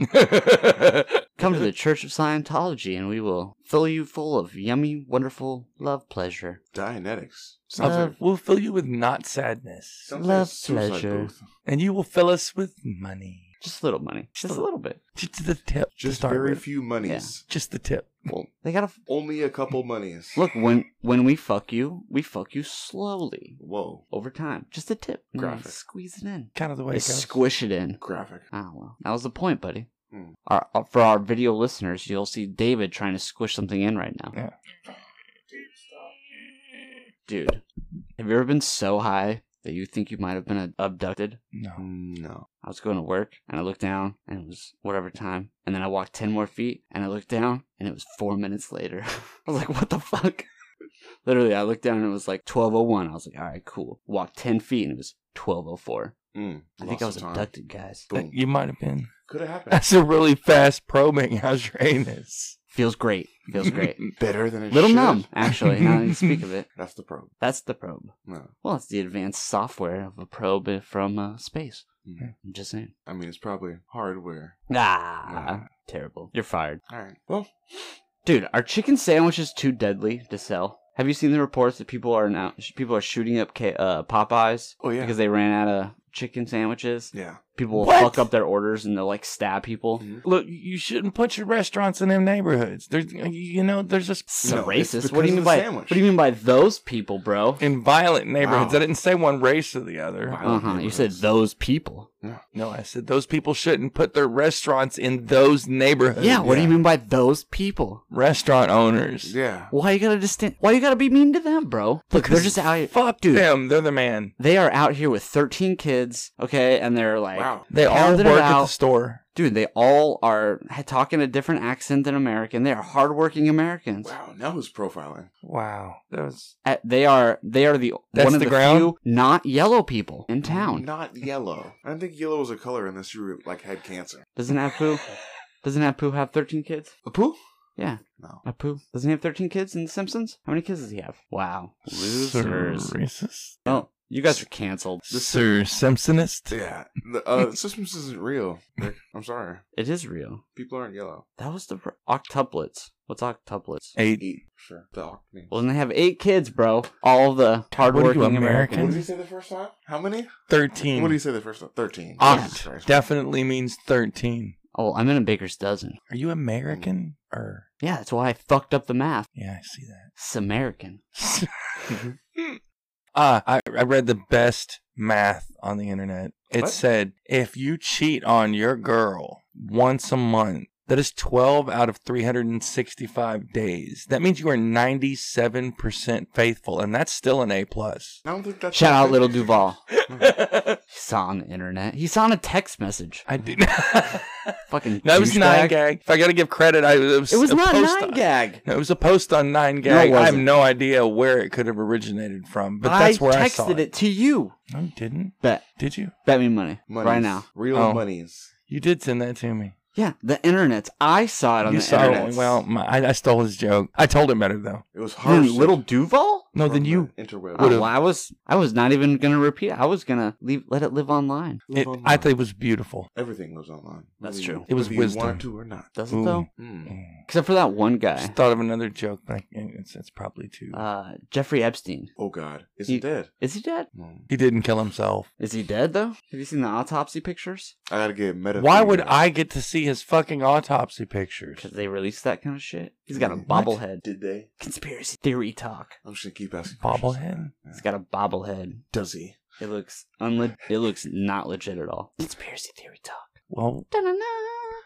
[SPEAKER 1] That's
[SPEAKER 3] Come to the Church of Scientology and we will fill you full of yummy, wonderful love pleasure.
[SPEAKER 2] Dianetics. Sounds
[SPEAKER 3] Uh,
[SPEAKER 2] like,
[SPEAKER 1] it. we'll fill you with not sadness,
[SPEAKER 2] sounds
[SPEAKER 3] love
[SPEAKER 2] like a suicide
[SPEAKER 3] pleasure.
[SPEAKER 2] booth.
[SPEAKER 1] and you will fill us with money.
[SPEAKER 3] Just a little money. Just a little bit.
[SPEAKER 1] Just the tip. to
[SPEAKER 2] Just
[SPEAKER 1] start
[SPEAKER 2] very
[SPEAKER 1] with.
[SPEAKER 2] few monies.
[SPEAKER 1] Just the tip.
[SPEAKER 2] Well,
[SPEAKER 3] They gotta f-
[SPEAKER 2] only a couple monies.
[SPEAKER 3] look when when we fuck you, we fuck you slowly
[SPEAKER 2] Whoa.
[SPEAKER 3] over time. Just a tip. You know,
[SPEAKER 2] Graphic.
[SPEAKER 3] Squeeze it in.
[SPEAKER 1] Kind of the way
[SPEAKER 3] They
[SPEAKER 1] it goes.
[SPEAKER 3] squish it in.
[SPEAKER 2] Graphic.
[SPEAKER 3] Oh well, that was the point, buddy.
[SPEAKER 2] Hmm.
[SPEAKER 3] Our, uh, for our video listeners, you'll see David trying to squish something in right now.
[SPEAKER 1] Yeah.
[SPEAKER 3] Dude, have you ever been so high that you think you might have been uh, abducted?
[SPEAKER 1] no.
[SPEAKER 3] Um,
[SPEAKER 2] No.
[SPEAKER 3] I was going to work and I looked down and it was whatever time, and then I walked ten more feet and I looked down and it was four minutes later. I was like, what the fuck? Literally, I looked down and it was like twelve oh one. I was like, all right, cool. Walked ten feet and it was twelve oh four.
[SPEAKER 2] Mm,
[SPEAKER 3] I think I was abducted, guys.
[SPEAKER 1] That-
[SPEAKER 2] Boom.
[SPEAKER 1] You might have been.
[SPEAKER 2] Could have happened.
[SPEAKER 1] That's a really fast probing. How's your anus?
[SPEAKER 3] Feels great. Feels great.
[SPEAKER 2] Better than a
[SPEAKER 3] Little numb, actually. Now that you speak of it,
[SPEAKER 2] That's the problem.
[SPEAKER 3] that's the probe.
[SPEAKER 2] No.
[SPEAKER 3] Well, it's the advanced software of a probe from uh, space.
[SPEAKER 2] Mm.
[SPEAKER 3] I'm just saying.
[SPEAKER 2] I mean, it's probably hardware.
[SPEAKER 3] Ah, terrible. You're fired,
[SPEAKER 2] All right. Well,
[SPEAKER 3] dude. Are chicken sandwiches too deadly to sell? Have you seen the reports that people are now people are shooting up K- uh, Popeyes
[SPEAKER 2] oh, yeah.
[SPEAKER 3] because they ran out of chicken sandwiches?
[SPEAKER 2] yeah.
[SPEAKER 3] People will
[SPEAKER 1] What?
[SPEAKER 3] fuck up their orders and they'll like stab people.
[SPEAKER 2] Mhm.
[SPEAKER 1] Look, you shouldn't put your restaurants in them neighborhoods. There's, you know, there's just
[SPEAKER 3] So
[SPEAKER 2] No, it's
[SPEAKER 3] racist. What do
[SPEAKER 2] because
[SPEAKER 3] you
[SPEAKER 2] of
[SPEAKER 3] mean
[SPEAKER 2] the
[SPEAKER 3] by
[SPEAKER 2] sandwich.
[SPEAKER 3] what do you mean by those people, bro?
[SPEAKER 1] in violent neighborhoods.
[SPEAKER 2] Wow.
[SPEAKER 1] I didn't say one race or the other.
[SPEAKER 2] Wow.
[SPEAKER 3] Uh huh. You said
[SPEAKER 2] neighborhoods.
[SPEAKER 3] those people.
[SPEAKER 1] No, I said those people shouldn't put their restaurants in those neighborhoods.
[SPEAKER 3] Yeah. What do you
[SPEAKER 2] Uh, yeah.
[SPEAKER 3] mean by those people?
[SPEAKER 1] Restaurant owners.
[SPEAKER 2] Yeah.
[SPEAKER 3] Why you gotta distin- Why you gotta be mean to them, bro? Look, they're just out. Here-
[SPEAKER 1] Fuck
[SPEAKER 3] dude.
[SPEAKER 1] them. They're the man.
[SPEAKER 3] they are out here with 13 kids, okay, and they're like,
[SPEAKER 2] Wow.
[SPEAKER 1] They all
[SPEAKER 3] Pounded
[SPEAKER 1] work
[SPEAKER 3] it
[SPEAKER 1] at the
[SPEAKER 3] out.
[SPEAKER 1] store.
[SPEAKER 3] dude, they all are ha- talking a different accent than American. They are hardworking Americans.
[SPEAKER 2] Wow. Now who's profiling?
[SPEAKER 1] Wow. That was
[SPEAKER 3] Uh, they are they are the
[SPEAKER 1] That's
[SPEAKER 3] one of
[SPEAKER 1] the
[SPEAKER 3] the,
[SPEAKER 1] ground?
[SPEAKER 3] few not yellow people in town.
[SPEAKER 2] Not yellow. I don't think yellow was a color unless you were, like had cancer.
[SPEAKER 3] Doesn't Apu doesn't Apu have 13 kids?
[SPEAKER 2] A poo?
[SPEAKER 3] Yeah.
[SPEAKER 2] No.
[SPEAKER 3] Apu. Doesn't he have 13 kids in The Simpsons? How many kids does he have? Wow. Losers.
[SPEAKER 1] Sir racist.
[SPEAKER 3] Oh, you guys are canceled.
[SPEAKER 1] The Sir Simpsonist.
[SPEAKER 2] Yeah. The, uh, systems isn't real. Nick. I'm sorry.
[SPEAKER 3] It is real.
[SPEAKER 2] People aren't yellow.
[SPEAKER 3] That was the r- octuplets. What's octuplets?
[SPEAKER 1] Eight.
[SPEAKER 2] Eat. Sure. The oct means.
[SPEAKER 3] Well, then they have eight kids, bro. All the hardworking
[SPEAKER 1] American?
[SPEAKER 2] What
[SPEAKER 3] Americans.
[SPEAKER 2] did he say the first time? How many?
[SPEAKER 1] Thirteen. Ah,
[SPEAKER 2] What did he say the first time? Thirteen. Jesus
[SPEAKER 1] Oct
[SPEAKER 2] Christ.
[SPEAKER 1] definitely means thirteen.
[SPEAKER 3] Oh, I'm in a baker's dozen.
[SPEAKER 1] Are you American or?
[SPEAKER 3] Yeah, that's why I fucked up the math.
[SPEAKER 1] Yeah, I see that.
[SPEAKER 3] It's American. Hmm.
[SPEAKER 1] Ah, I, I read the best math on the internet. It
[SPEAKER 2] What?
[SPEAKER 1] said if you cheat on your girl once a month, that is 12 out of 365 days. That means you are 97% faithful, and that's still an A plus.
[SPEAKER 2] I don't think that's
[SPEAKER 3] Shout out, Little Duval.
[SPEAKER 1] I
[SPEAKER 3] He's on the internet. He's on a text message.
[SPEAKER 1] did. that
[SPEAKER 3] Fucking.
[SPEAKER 1] was nine
[SPEAKER 3] douchebag.
[SPEAKER 1] gag. If I gotta give credit, I it was.
[SPEAKER 3] It was
[SPEAKER 1] a
[SPEAKER 3] not
[SPEAKER 1] post
[SPEAKER 3] nine
[SPEAKER 1] on-
[SPEAKER 3] gag.
[SPEAKER 1] No, it was a post on nine gag. I have
[SPEAKER 3] wasn't.
[SPEAKER 1] no idea where it could have originated from, but
[SPEAKER 3] I
[SPEAKER 1] that's where
[SPEAKER 3] texted
[SPEAKER 1] I saw
[SPEAKER 3] it. to you.
[SPEAKER 1] No, you didn't.
[SPEAKER 3] Bet.
[SPEAKER 1] Did you?
[SPEAKER 3] Bet me money.
[SPEAKER 2] Monies.
[SPEAKER 3] Right now.
[SPEAKER 2] Real
[SPEAKER 1] Oh.
[SPEAKER 2] monies.
[SPEAKER 1] You did send that to me.
[SPEAKER 3] Yeah, the internet's. I saw it on
[SPEAKER 1] you
[SPEAKER 3] the
[SPEAKER 1] saw
[SPEAKER 3] internet.
[SPEAKER 1] well. My, I, I stole his joke. I told him better though.
[SPEAKER 2] It was hard.
[SPEAKER 3] Dude, little Duval?
[SPEAKER 1] No, then you.
[SPEAKER 2] Interweb.
[SPEAKER 3] Oh,
[SPEAKER 1] Would've-
[SPEAKER 3] well, I was I was not even gonna repeat. it. I was gonna leave let it live online.
[SPEAKER 2] Live
[SPEAKER 1] It,
[SPEAKER 2] online.
[SPEAKER 1] I think it was beautiful.
[SPEAKER 2] everything goes online.
[SPEAKER 3] That's
[SPEAKER 2] Whether
[SPEAKER 3] true.
[SPEAKER 2] you-
[SPEAKER 1] It was
[SPEAKER 2] whether
[SPEAKER 1] wisdom.
[SPEAKER 2] You want to or not.
[SPEAKER 3] Doesn't
[SPEAKER 1] Ooh.
[SPEAKER 3] though?
[SPEAKER 2] Mm.
[SPEAKER 3] Except for that one
[SPEAKER 1] Just
[SPEAKER 3] guy,
[SPEAKER 1] thought of another joke, but I, it's, it's probably too.
[SPEAKER 3] uh, Jeffrey Epstein.
[SPEAKER 2] Oh God, is
[SPEAKER 3] You-
[SPEAKER 2] he dead?
[SPEAKER 3] Is he dead?
[SPEAKER 2] Mm.
[SPEAKER 1] he didn't kill himself.
[SPEAKER 3] Is he dead though? Have you seen the autopsy pictures?
[SPEAKER 2] I gotta get meta.
[SPEAKER 1] Why would I get to see his fucking autopsy pictures?
[SPEAKER 3] Because they release that kind of shit. He's got a
[SPEAKER 2] What?
[SPEAKER 3] bobblehead.
[SPEAKER 2] Did they?
[SPEAKER 3] Conspiracy theory talk.
[SPEAKER 2] I'm just gonna keep asking.
[SPEAKER 1] Bobblehead.
[SPEAKER 3] He's got a bobblehead.
[SPEAKER 2] Does he?
[SPEAKER 3] It looks unle- It looks not legit at all. Conspiracy theory talk.
[SPEAKER 1] Well,
[SPEAKER 3] Da-na-na.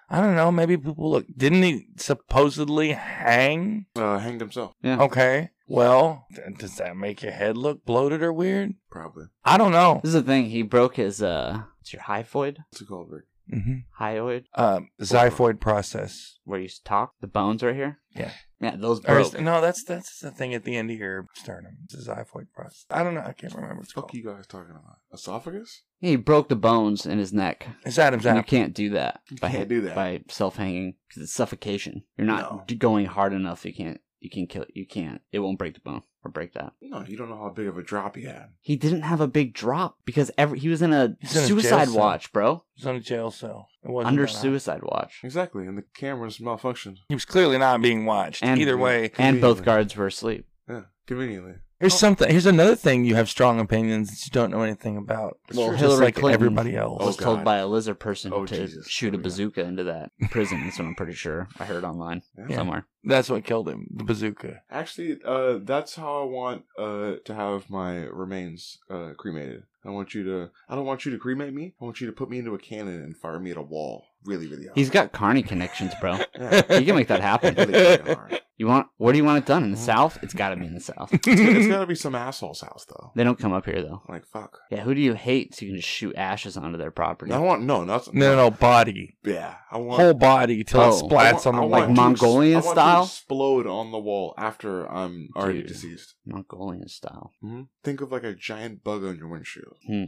[SPEAKER 1] I don't know. Maybe people look. Didn't he supposedly hang?
[SPEAKER 2] Uh, hanged himself,
[SPEAKER 1] Okay. Well, th- does that make your head look bloated or weird?
[SPEAKER 2] probably.
[SPEAKER 1] I don't know.
[SPEAKER 3] This is the thing. He broke his uh, it's your hyphoid,
[SPEAKER 2] What's it called,
[SPEAKER 1] hmm
[SPEAKER 2] Rick?
[SPEAKER 3] Mm-hmm. hyoid,
[SPEAKER 1] Uh, xiphoid process.
[SPEAKER 3] where you talk. The bones right here.
[SPEAKER 1] Yeah.
[SPEAKER 3] Yeah, those
[SPEAKER 1] Or
[SPEAKER 3] broke.
[SPEAKER 1] is, no, that's that's the thing at the end of your sternum. It's a xiphoid process. I don't know. I can't remember. What it's
[SPEAKER 2] Fuck
[SPEAKER 1] called.
[SPEAKER 2] you guys talking about esophagus?
[SPEAKER 3] Yeah, he broke the bones in his neck.
[SPEAKER 1] It's Adam's
[SPEAKER 3] And you
[SPEAKER 1] apple.
[SPEAKER 3] can't do that
[SPEAKER 2] You
[SPEAKER 3] by
[SPEAKER 2] can't do that.
[SPEAKER 3] by self hanging because it's suffocation. You're not
[SPEAKER 2] No.
[SPEAKER 3] d- going hard enough. You can't. You can kill. You can't. It won't break the bone or break that.
[SPEAKER 2] No, you don't know how big of a drop he had.
[SPEAKER 3] He didn't have a big drop because every he was in a
[SPEAKER 1] He's in a jail
[SPEAKER 3] suicide
[SPEAKER 1] cell.
[SPEAKER 3] watch, bro.
[SPEAKER 1] He's on a jail cell. It wasn't
[SPEAKER 3] Under
[SPEAKER 1] that high.
[SPEAKER 3] suicide watch,
[SPEAKER 2] Exactly, and the cameras malfunctioned.
[SPEAKER 1] He was clearly not being watched.
[SPEAKER 3] And-
[SPEAKER 1] Either way,
[SPEAKER 3] and both
[SPEAKER 2] Conveniently.
[SPEAKER 3] guards were asleep.
[SPEAKER 2] Yeah, conveniently.
[SPEAKER 1] here's something. Here's another thing. You have strong opinions that you don't know anything about.
[SPEAKER 3] Well,
[SPEAKER 1] Just
[SPEAKER 3] Hillary
[SPEAKER 1] like
[SPEAKER 3] Clinton-
[SPEAKER 1] everybody else.
[SPEAKER 2] Oh,
[SPEAKER 3] was told
[SPEAKER 2] God.
[SPEAKER 3] by a lizard person
[SPEAKER 2] Oh,
[SPEAKER 3] to
[SPEAKER 2] Jesus.
[SPEAKER 3] shoot a
[SPEAKER 2] Oh, yeah.
[SPEAKER 3] bazooka into that prison. That's what I'm pretty sure I heard online
[SPEAKER 2] Yeah.
[SPEAKER 3] somewhere.
[SPEAKER 1] That's what killed him. The bazooka.
[SPEAKER 2] Actually, uh, that's how I want uh, to have my remains uh, cremated. I want you to. I don't want you to cremate me. I want you to put me into a cannon and fire me at a wall. Really, really hard.
[SPEAKER 3] He's got Carney connections, bro.
[SPEAKER 2] Yeah,
[SPEAKER 3] You can make that happen.
[SPEAKER 2] really, really hard.
[SPEAKER 3] You want? Where do you want it done? In the
[SPEAKER 2] Mm.
[SPEAKER 3] south? It's got to be in the south.
[SPEAKER 2] It's gotta be some asshole's house though.
[SPEAKER 3] They don't come up here though.
[SPEAKER 2] Like fuck.
[SPEAKER 3] Yeah, who do you hate so you can just shoot ashes onto their property?
[SPEAKER 2] I want no, not
[SPEAKER 1] no, no, no, body,
[SPEAKER 2] Yeah, I want.
[SPEAKER 1] whole body till
[SPEAKER 3] Oh.
[SPEAKER 1] it splats
[SPEAKER 2] I
[SPEAKER 1] on
[SPEAKER 2] want-
[SPEAKER 1] the
[SPEAKER 2] I
[SPEAKER 1] wall.
[SPEAKER 2] want you to-
[SPEAKER 3] Mongolian
[SPEAKER 2] I want you to
[SPEAKER 3] style?
[SPEAKER 2] explode on the wall after I'm already
[SPEAKER 3] Dude.
[SPEAKER 2] deceased.
[SPEAKER 3] Mongolian style.
[SPEAKER 2] Mhm. Think of like a giant bug on your windshield.
[SPEAKER 3] Hmm,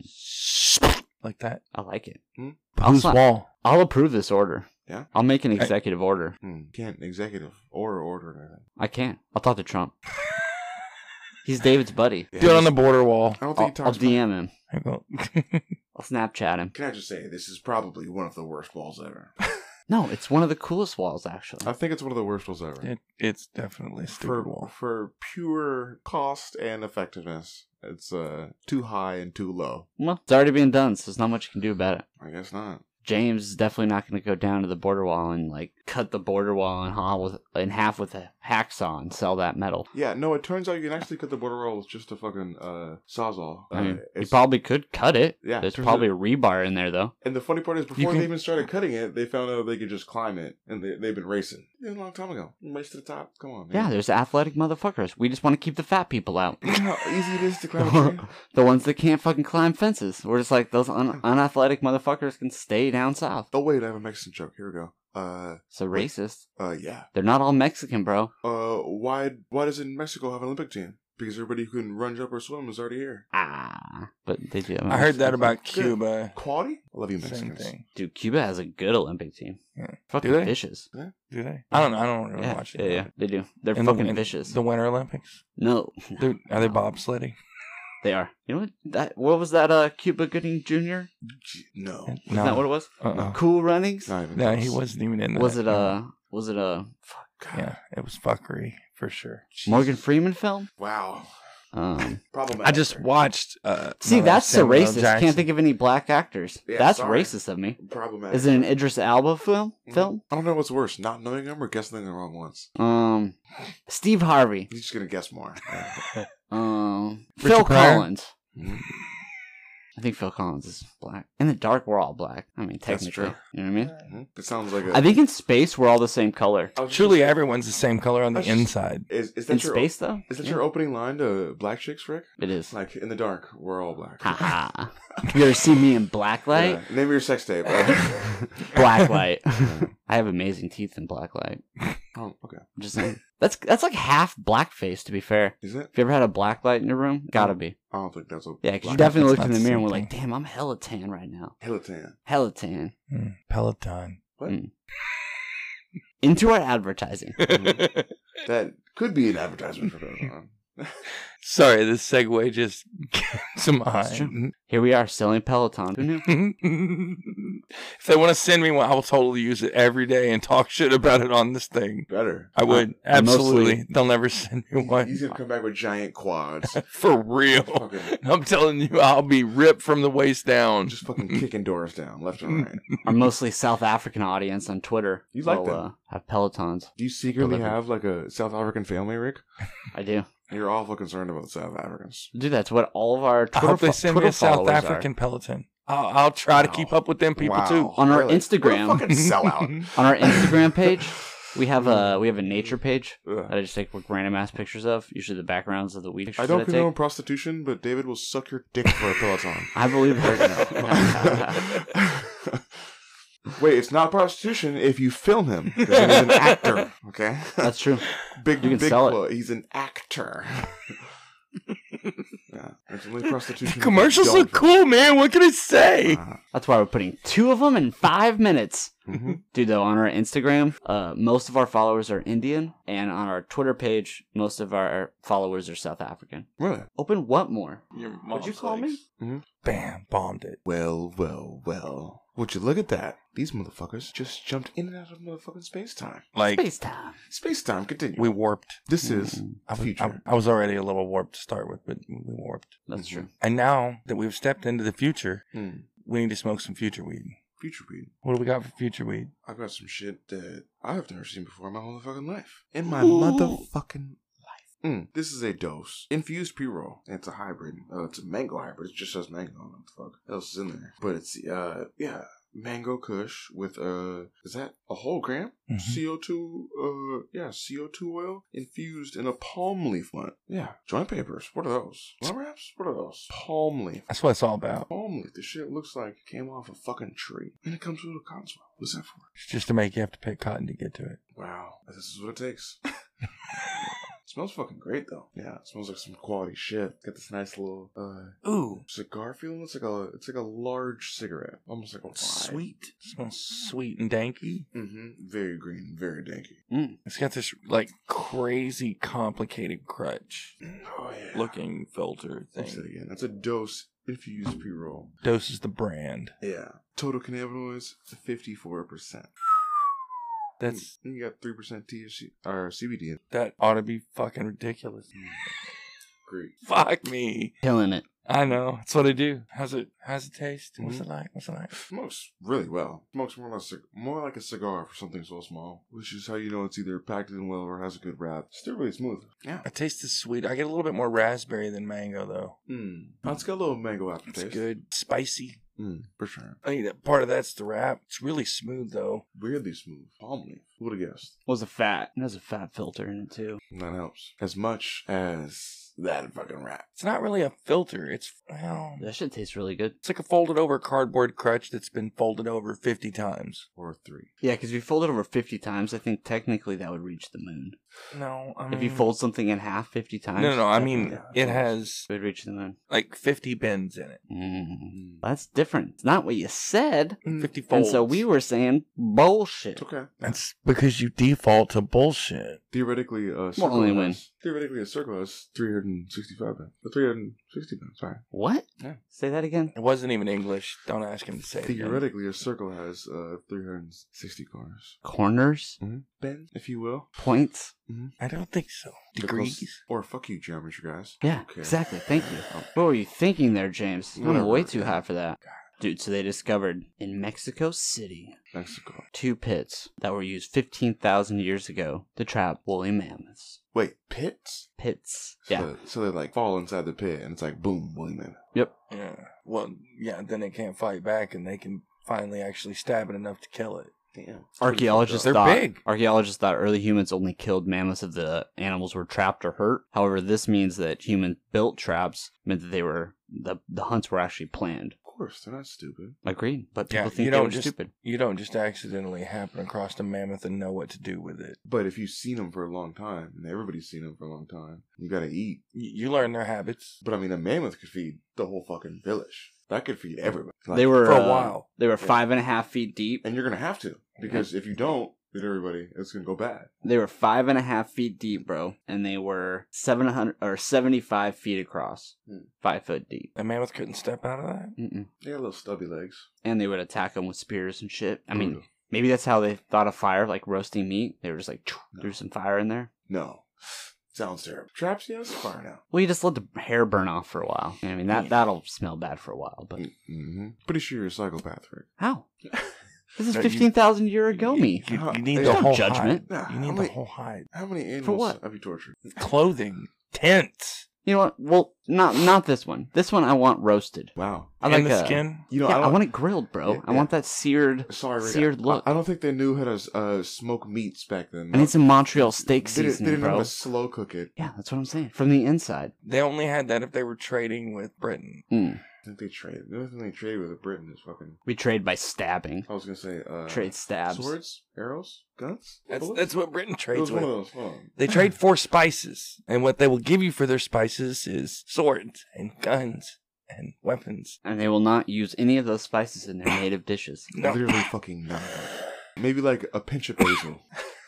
[SPEAKER 1] like that.
[SPEAKER 3] I like it. I'll
[SPEAKER 1] Whose
[SPEAKER 3] slap-
[SPEAKER 1] wall?
[SPEAKER 3] I'll approve this order.
[SPEAKER 2] Yeah?
[SPEAKER 3] I'll make an executive order.
[SPEAKER 2] Hmm. Can't executive or order
[SPEAKER 3] I can't. I'll talk to Trump. He's David's buddy.
[SPEAKER 2] anything.
[SPEAKER 1] Do it on the border wall.
[SPEAKER 2] I don't
[SPEAKER 3] I'll,
[SPEAKER 2] think he
[SPEAKER 3] I'll
[SPEAKER 2] talks. about-
[SPEAKER 3] DM him.
[SPEAKER 1] I Oh, go-
[SPEAKER 3] I'll Snapchat him.
[SPEAKER 2] Can I just say this is probably one of the worst walls ever.
[SPEAKER 3] No, it's one of the coolest walls actually.
[SPEAKER 2] I think it's one of the worst walls ever.
[SPEAKER 1] it, it's definitely a
[SPEAKER 2] for
[SPEAKER 1] stupid wall.
[SPEAKER 2] for pure cost and effectiveness, it's uh too high and too low.
[SPEAKER 3] Well, it's already being done, so there's not much you can do about it.
[SPEAKER 2] I guess not.
[SPEAKER 3] James is definitely not going to go down to the border wall and like cut the border wall in half with in half with a hacksaw and sell that metal.
[SPEAKER 2] Yeah, no. It turns out you can actually cut the border roll with just a fucking uh, sawzall.
[SPEAKER 3] I mean,
[SPEAKER 2] uh,
[SPEAKER 3] he
[SPEAKER 2] it's-
[SPEAKER 3] probably could cut it.
[SPEAKER 2] yeah.
[SPEAKER 3] There's
[SPEAKER 2] turns
[SPEAKER 3] probably
[SPEAKER 2] out-
[SPEAKER 3] a rebar in there though.
[SPEAKER 2] and the funny part is, before
[SPEAKER 1] can-
[SPEAKER 2] they even started cutting it, they found out they could just climb it, and they they've been racing Yeah, a long time ago. Race to the top. Come on,
[SPEAKER 3] Yeah,
[SPEAKER 2] man.
[SPEAKER 3] there's athletic motherfuckers. We just want to keep the fat people out.
[SPEAKER 2] You know how easy it is to climb a tree.
[SPEAKER 3] the ones that can't fucking climb fences. We're just like, those un- unathletic motherfuckers can stay down south.
[SPEAKER 2] Oh wait, I have a Mexican joke. Here we go. Uh,
[SPEAKER 3] So racist.
[SPEAKER 2] uh, yeah.
[SPEAKER 3] They're not all Mexican, bro.
[SPEAKER 2] Uh, why why doesn't Mexico have an Olympic team? because everybody who can run, jump, or swim is already here.
[SPEAKER 3] Ah, but they do. have a
[SPEAKER 1] I heard that
[SPEAKER 3] Mexican-
[SPEAKER 1] about
[SPEAKER 2] Good.
[SPEAKER 1] Cuba.
[SPEAKER 2] Quality? I love you,
[SPEAKER 1] Same
[SPEAKER 2] Mexicans.
[SPEAKER 1] thing.
[SPEAKER 3] Dude, Cuba has a good Olympic team.
[SPEAKER 1] Yeah.
[SPEAKER 3] Fucking
[SPEAKER 1] Do they?
[SPEAKER 3] vicious.
[SPEAKER 1] Do they? I don't. know. I don't really
[SPEAKER 3] Yeah,
[SPEAKER 1] watch
[SPEAKER 3] yeah,
[SPEAKER 1] it.
[SPEAKER 3] yeah, they do. They're
[SPEAKER 1] In the-
[SPEAKER 3] fucking
[SPEAKER 1] in
[SPEAKER 3] vicious.
[SPEAKER 1] The Winter Olympics.
[SPEAKER 3] no,
[SPEAKER 1] Dude, are they bobsledding?
[SPEAKER 3] they are. You know what? That what was that? Uh, Cuba Gooding Jr. Is
[SPEAKER 2] Gee, No.
[SPEAKER 3] not that what it was?
[SPEAKER 1] Uh-uh.
[SPEAKER 3] Cool Runnings.
[SPEAKER 2] Not even
[SPEAKER 1] No,
[SPEAKER 2] close.
[SPEAKER 1] he wasn't even in that.
[SPEAKER 3] Was it uh? Was it a fuck,
[SPEAKER 2] God,
[SPEAKER 1] Yeah, it was fuckery for sure.
[SPEAKER 2] Jesus.
[SPEAKER 3] Morgan Freeman film?
[SPEAKER 2] Wow.
[SPEAKER 3] Um,
[SPEAKER 2] Problematic.
[SPEAKER 1] I just watched. Uh,
[SPEAKER 3] see,
[SPEAKER 1] no,
[SPEAKER 3] that's so
[SPEAKER 1] Samuel
[SPEAKER 3] racist.
[SPEAKER 1] Jackson.
[SPEAKER 3] Can't think of any black actors.
[SPEAKER 2] Yeah,
[SPEAKER 3] that's
[SPEAKER 2] sorry.
[SPEAKER 3] racist of me.
[SPEAKER 2] Problematic.
[SPEAKER 3] Is it an Idris Alba film?
[SPEAKER 1] Mm-hmm.
[SPEAKER 2] Mhm.
[SPEAKER 3] Film?
[SPEAKER 2] I don't know what's worse, not knowing them or guessing the wrong ones.
[SPEAKER 3] Um, Steve Harvey.
[SPEAKER 2] He's just gonna guess more.
[SPEAKER 3] Um,
[SPEAKER 1] Richard
[SPEAKER 3] Phil
[SPEAKER 1] Pryor?
[SPEAKER 3] Collins.
[SPEAKER 2] Mm-hmm.
[SPEAKER 3] I think Phil Collins is black. In the dark, we're all black. I mean,
[SPEAKER 2] That's
[SPEAKER 3] technically,
[SPEAKER 2] true.
[SPEAKER 3] you know what I mean.
[SPEAKER 2] Mhm. it sounds like a.
[SPEAKER 3] I think in space we're all the same color.
[SPEAKER 2] I was just-
[SPEAKER 1] Truly, everyone's the same color on the
[SPEAKER 2] That's just-
[SPEAKER 1] inside.
[SPEAKER 2] Is, is that
[SPEAKER 3] In
[SPEAKER 2] your
[SPEAKER 3] space, though,
[SPEAKER 2] Is that
[SPEAKER 3] Yeah.
[SPEAKER 2] your opening line to Black Chicks, Rick?
[SPEAKER 3] It is.
[SPEAKER 2] Like in the dark, we're all black.
[SPEAKER 3] Haha. you ever see me in black light?
[SPEAKER 2] Yeah. Name of your sex tape. Uh,
[SPEAKER 3] Black light. I have amazing teeth in black light.
[SPEAKER 2] oh, okay.
[SPEAKER 3] I'm just saying. That's that's like half blackface. To be fair,
[SPEAKER 2] Is it?
[SPEAKER 3] have you ever had a black light in your room? Gotta be.
[SPEAKER 2] I don't think that's a
[SPEAKER 3] Yeah, because you
[SPEAKER 2] black-
[SPEAKER 3] definitely
[SPEAKER 1] Oh. That's
[SPEAKER 3] looked in
[SPEAKER 1] not
[SPEAKER 3] the
[SPEAKER 1] the
[SPEAKER 3] mirror
[SPEAKER 1] same
[SPEAKER 3] and were like, "Damn, I'm hella tan right now.
[SPEAKER 2] Hillitan.
[SPEAKER 3] Hella tan."
[SPEAKER 1] Hmm, Peloton.
[SPEAKER 3] Into our advertising.
[SPEAKER 1] Mm-hmm.
[SPEAKER 3] Mm-hmm.
[SPEAKER 2] That could be an advertisement for Peloton.
[SPEAKER 1] Sorry, this segue just gets them
[SPEAKER 3] It's
[SPEAKER 1] on.
[SPEAKER 3] Here we are selling Peloton. Who knew?
[SPEAKER 1] if they want to send me one, I will totally use it every day and talk shit about it on this thing.
[SPEAKER 2] Better.
[SPEAKER 1] I would
[SPEAKER 3] I Uh, mostly-
[SPEAKER 1] absolutely. They'll never send me one
[SPEAKER 2] He's gonna come back with giant quads.
[SPEAKER 1] for real.
[SPEAKER 2] fucking,
[SPEAKER 1] I'm telling you, I'll be ripped from the waist down.
[SPEAKER 2] just fucking kicking doors down left and right.
[SPEAKER 3] Our mostly South African audience on Twitter.
[SPEAKER 2] You like
[SPEAKER 3] will,
[SPEAKER 2] them.
[SPEAKER 3] Uh, have Pelotons.
[SPEAKER 2] Do you secretly
[SPEAKER 3] Delivered.
[SPEAKER 2] have like a South African family, Rick?
[SPEAKER 3] I do.
[SPEAKER 2] You're awful concerned about South Africans.
[SPEAKER 3] Dude, that's what all of our
[SPEAKER 1] I
[SPEAKER 3] Twitter,
[SPEAKER 1] hope they
[SPEAKER 3] fo-
[SPEAKER 1] send me
[SPEAKER 3] Twitter
[SPEAKER 1] a South
[SPEAKER 3] followers are.
[SPEAKER 1] African Peloton. I'll, I'll try to
[SPEAKER 2] Wow.
[SPEAKER 1] keep up with them people
[SPEAKER 2] Wow.
[SPEAKER 1] too.
[SPEAKER 3] On our
[SPEAKER 2] Really?
[SPEAKER 3] Instagram.
[SPEAKER 2] What a fucking sellout.
[SPEAKER 3] On our Instagram page, we have a we have a nature page
[SPEAKER 2] Ugh.
[SPEAKER 3] that I just take like, random ass pictures of. Usually the backgrounds of the weed pictures
[SPEAKER 2] I
[SPEAKER 3] that
[SPEAKER 2] don't
[SPEAKER 3] I take.
[SPEAKER 2] condone prostitution, but David will suck your dick for a Peloton.
[SPEAKER 3] I believe that.
[SPEAKER 2] Wait, it's not prostitution if you film him. 'cause He's an actor. Okay,
[SPEAKER 3] That's true.
[SPEAKER 2] big
[SPEAKER 3] you can
[SPEAKER 2] big
[SPEAKER 3] sell it.
[SPEAKER 2] quote. He's an actor. yeah, it's only prostitution. if you
[SPEAKER 1] Commercials
[SPEAKER 2] don't
[SPEAKER 1] look
[SPEAKER 2] film.
[SPEAKER 1] cool, man. What can I say?
[SPEAKER 2] Uh,
[SPEAKER 3] That's why we're putting two of them in five minutes.
[SPEAKER 2] mhm.
[SPEAKER 3] Dude, though, on our Instagram, uh, most of our followers are Indian, and on our Twitter page, most of our followers are South African.
[SPEAKER 2] Really? Mm-hmm.
[SPEAKER 3] Open what more? Would you call me?
[SPEAKER 1] Bam, bombed it.
[SPEAKER 2] Well, well, well. Would you look at that? These motherfuckers just jumped in and out of motherfucking space time.
[SPEAKER 1] Like
[SPEAKER 3] Space time.
[SPEAKER 2] Space time. Continue.
[SPEAKER 1] we warped.
[SPEAKER 2] this is
[SPEAKER 3] Mm. Hmm,
[SPEAKER 1] I was, I,
[SPEAKER 2] future.
[SPEAKER 1] I was already a little warped to start with, but we warped.
[SPEAKER 3] That's true.
[SPEAKER 1] And now that we've stepped into the future,
[SPEAKER 2] Mm.
[SPEAKER 1] we need to smoke some future weed.
[SPEAKER 2] Future weed.
[SPEAKER 1] What do we got for future weed?
[SPEAKER 2] I've got some shit that I've never seen before in my motherfucking life. In my
[SPEAKER 3] Ooh.
[SPEAKER 2] motherfucking life. Mm, this is a dose. Infused pre roll. It's a hybrid. Uh, it's a mango hybrid. It just says mango. I don't know what the fuck else is in there. But it's, uh, yeah. Mango Kush with uh is that a whole gram
[SPEAKER 1] Mhm.
[SPEAKER 2] CO two uh yeah CO two oil infused in a palm leaf blunt yeah joint papers what are those blunt wraps what are those palm leaf
[SPEAKER 1] That's what it's all about.
[SPEAKER 2] palm leaf this shit looks like it came off a fucking tree and it comes with a cotton swab what's that for
[SPEAKER 1] It's just to make you have to pick cotton to get to it.
[SPEAKER 2] Wow, this is what it takes. It smells fucking great though. Yeah, it smells like some quality shit. Got this nice little uh
[SPEAKER 1] Ooh,
[SPEAKER 2] cigar feeling. It's like a it's like a large cigarette, almost like a wide.
[SPEAKER 1] sweet. Smells sweet and danky.
[SPEAKER 2] Mm-hmm. Very green, very danky.
[SPEAKER 1] It's got this like crazy complicated crutch
[SPEAKER 2] Oh yeah.
[SPEAKER 1] looking filter
[SPEAKER 2] That's it
[SPEAKER 1] thing.
[SPEAKER 2] again. That's a dose infused pre roll.
[SPEAKER 1] Dose is the brand.
[SPEAKER 2] Yeah. Total cannabinoids, fifty four percent.
[SPEAKER 1] That's
[SPEAKER 2] you got three percent THC or CBD. in it.
[SPEAKER 1] that ought to be fucking ridiculous.
[SPEAKER 2] Mm. Great.
[SPEAKER 1] Fuck me.
[SPEAKER 3] Killing it.
[SPEAKER 1] I know. That's what I do. How's it? How's it taste? What's it like? What's it like?
[SPEAKER 2] Smokes really well. Smokes more like, a, cig- more like a cigar for something so small, which is how you know it's either packed in well or has a good wrap. Still really smooth. Yeah.
[SPEAKER 1] I taste the sweet. I get a little bit more raspberry than mango though.
[SPEAKER 2] Mm. Oh, it's got a little mango
[SPEAKER 1] It's
[SPEAKER 2] aftertaste.
[SPEAKER 1] good, spicy.
[SPEAKER 2] Mm, for sure.
[SPEAKER 1] I think that part of that's the wrap. It's really smooth though.
[SPEAKER 2] Weirdly smooth. Palm leaf. Who would have guessed?
[SPEAKER 3] was a fat. It has a fat filter in it too.
[SPEAKER 2] That helps. As much as that fucking rat.
[SPEAKER 1] It's not really a filter. It's well,
[SPEAKER 3] That shit tastes really good.
[SPEAKER 1] it's like a folded over cardboard crutch that's been folded over 50 times.
[SPEAKER 2] Or three.
[SPEAKER 3] Yeah, because if you fold it over 50 times, I think technically that would reach the moon.
[SPEAKER 1] No, I mean,
[SPEAKER 3] If you fold something in half 50 times,
[SPEAKER 1] Mm. No, no, no. I mean,
[SPEAKER 2] Yeah,
[SPEAKER 1] it
[SPEAKER 2] it's-
[SPEAKER 1] has
[SPEAKER 3] it would reach the moon.
[SPEAKER 1] like 50 bends in it.
[SPEAKER 3] Mm.
[SPEAKER 1] Mm-hmm.
[SPEAKER 2] Mm.
[SPEAKER 3] That's different. It's not what you said.
[SPEAKER 1] 50
[SPEAKER 3] And
[SPEAKER 1] folds.
[SPEAKER 3] so we were saying bullshit.
[SPEAKER 2] It's okay.
[SPEAKER 1] That's because you default to bullshit.
[SPEAKER 2] Theoretically, a circle
[SPEAKER 3] only
[SPEAKER 2] has,
[SPEAKER 3] win.
[SPEAKER 2] Theoretically, a circle has 365 pounds. Uh, 360 pounds, sorry.
[SPEAKER 3] What?
[SPEAKER 1] Yeah.
[SPEAKER 3] Say that again.
[SPEAKER 1] It wasn't even English. Don't ask him to say it. again.
[SPEAKER 2] Theoretically, a circle has uh, 360 corners.
[SPEAKER 3] Corners,
[SPEAKER 1] Mm-hmm.
[SPEAKER 2] Bend, if you will.
[SPEAKER 3] points.
[SPEAKER 1] I don't think so.
[SPEAKER 2] They're close-
[SPEAKER 1] Degrees?
[SPEAKER 2] Or fuck you, geometry guys.
[SPEAKER 3] Yeah,
[SPEAKER 2] Okay.
[SPEAKER 3] exactly. Thank you.
[SPEAKER 2] Oh.
[SPEAKER 3] What were you thinking there, James? I'm
[SPEAKER 2] Whatever.
[SPEAKER 3] way too hot for that. Dude, so they discovered in Mexico City
[SPEAKER 2] Mexico.
[SPEAKER 3] two pits that were used 15,000 years ago to trap woolly mammoths.
[SPEAKER 2] Wait, pits?
[SPEAKER 3] Pits.
[SPEAKER 2] So-
[SPEAKER 3] Yeah.
[SPEAKER 2] So, they like fall inside the pit and it's like boom, boom, man.
[SPEAKER 1] Yeah. Well, yeah, then it can't fight back and they can finally actually stab it enough to kill it.
[SPEAKER 2] Damn.
[SPEAKER 3] Archaeologists
[SPEAKER 1] They're
[SPEAKER 3] thought
[SPEAKER 1] big.
[SPEAKER 3] archaeologists thought early humans only killed mammoths if the animals were trapped or hurt. However, this means that human built traps meant that they were the the hunts were actually planned.
[SPEAKER 2] Of course, they're not stupid.
[SPEAKER 3] Agreed. But
[SPEAKER 1] Yeah,
[SPEAKER 3] people
[SPEAKER 1] you
[SPEAKER 3] think they
[SPEAKER 1] don't
[SPEAKER 3] were
[SPEAKER 1] just-
[SPEAKER 3] stupid.
[SPEAKER 1] You don't just accidentally happen across a mammoth and know what to do with it.
[SPEAKER 2] But if you've seen them for a long time, and everybody's seen them for a long time, you gotta eat.
[SPEAKER 1] Y- You learn their habits.
[SPEAKER 2] But I mean, a mammoth could feed the whole fucking village. That could feed everybody. Like-
[SPEAKER 3] they were
[SPEAKER 1] for a
[SPEAKER 3] uh,
[SPEAKER 1] while.
[SPEAKER 3] They were
[SPEAKER 2] Yeah.
[SPEAKER 3] five and a half feet deep.
[SPEAKER 2] And you're gonna have to. Because if you don't feed everybody, it's gonna go bad.
[SPEAKER 3] They were five and a half feet deep, bro, and they were seven hundred or seventy five feet across,
[SPEAKER 2] Hmm.
[SPEAKER 3] five foot deep.
[SPEAKER 1] A mammoth couldn't step out of that.
[SPEAKER 3] Mm-mm.
[SPEAKER 2] They got little stubby legs.
[SPEAKER 3] And they would attack them with spears and shit. I mean, maybe that's how they thought of fire, like roasting meat. They were just like
[SPEAKER 2] No.
[SPEAKER 3] threw some fire in there.
[SPEAKER 2] no. Sounds terrible. Traps, yes, fire now.
[SPEAKER 3] Well, you just let the hair burn off for a while. I mean, that
[SPEAKER 1] Yeah. Mm.
[SPEAKER 3] that'll smell bad for a while. But
[SPEAKER 2] Mm-hmm. Pretty sure you're a psychopath, Rick.
[SPEAKER 3] how? This is
[SPEAKER 1] No, you-
[SPEAKER 3] fifteen thousand year ago
[SPEAKER 1] You,
[SPEAKER 3] me.
[SPEAKER 1] you- you
[SPEAKER 2] There's
[SPEAKER 1] need the
[SPEAKER 2] no
[SPEAKER 1] whole
[SPEAKER 3] judgment.
[SPEAKER 1] hide.
[SPEAKER 2] Nah,
[SPEAKER 1] You need
[SPEAKER 2] I'm
[SPEAKER 1] the
[SPEAKER 2] like-
[SPEAKER 1] whole hide.
[SPEAKER 2] How many animals
[SPEAKER 3] what?
[SPEAKER 2] have you tortured?
[SPEAKER 1] Clothing, tents,
[SPEAKER 3] You know what? Well, not not this one. This one I want roasted.
[SPEAKER 2] Wow.
[SPEAKER 3] I
[SPEAKER 1] and
[SPEAKER 3] like
[SPEAKER 1] the
[SPEAKER 3] a-
[SPEAKER 1] skin.
[SPEAKER 2] You know,
[SPEAKER 3] yeah,
[SPEAKER 2] I
[SPEAKER 3] I,
[SPEAKER 2] don't
[SPEAKER 3] want it grilled, bro.
[SPEAKER 2] Yeah,
[SPEAKER 3] I want that seared.
[SPEAKER 2] Sorry, Rick,
[SPEAKER 3] Seared
[SPEAKER 2] I-
[SPEAKER 3] look.
[SPEAKER 2] I, don't think they knew how to uh, smoke meats back then.
[SPEAKER 3] I need some Montreal steak
[SPEAKER 2] They didn't, they
[SPEAKER 3] seasoning,
[SPEAKER 2] didn't know how
[SPEAKER 3] bro.
[SPEAKER 2] to slow cook it.
[SPEAKER 3] Yeah, that's what I'm saying. From the inside.
[SPEAKER 1] They only had that if they were trading with Britain.
[SPEAKER 3] Mm.
[SPEAKER 2] I think they traded. The other thing they traded with Britain is fucking.
[SPEAKER 3] We trade by stabbing.
[SPEAKER 2] I was gonna say uh,
[SPEAKER 3] Trade stabs.
[SPEAKER 2] swords, arrows, guns.
[SPEAKER 1] That's
[SPEAKER 2] bullets?
[SPEAKER 1] that's what Britain
[SPEAKER 2] It was
[SPEAKER 1] trades
[SPEAKER 2] one of
[SPEAKER 1] with.
[SPEAKER 2] those. Hold on.
[SPEAKER 1] They trade for spices, and what they will give you for their spices is swords and guns and weapons.
[SPEAKER 3] And they will not use any of those spices in their native dishes.
[SPEAKER 1] No,
[SPEAKER 2] Literally fucking none. Maybe like a pinch of basil.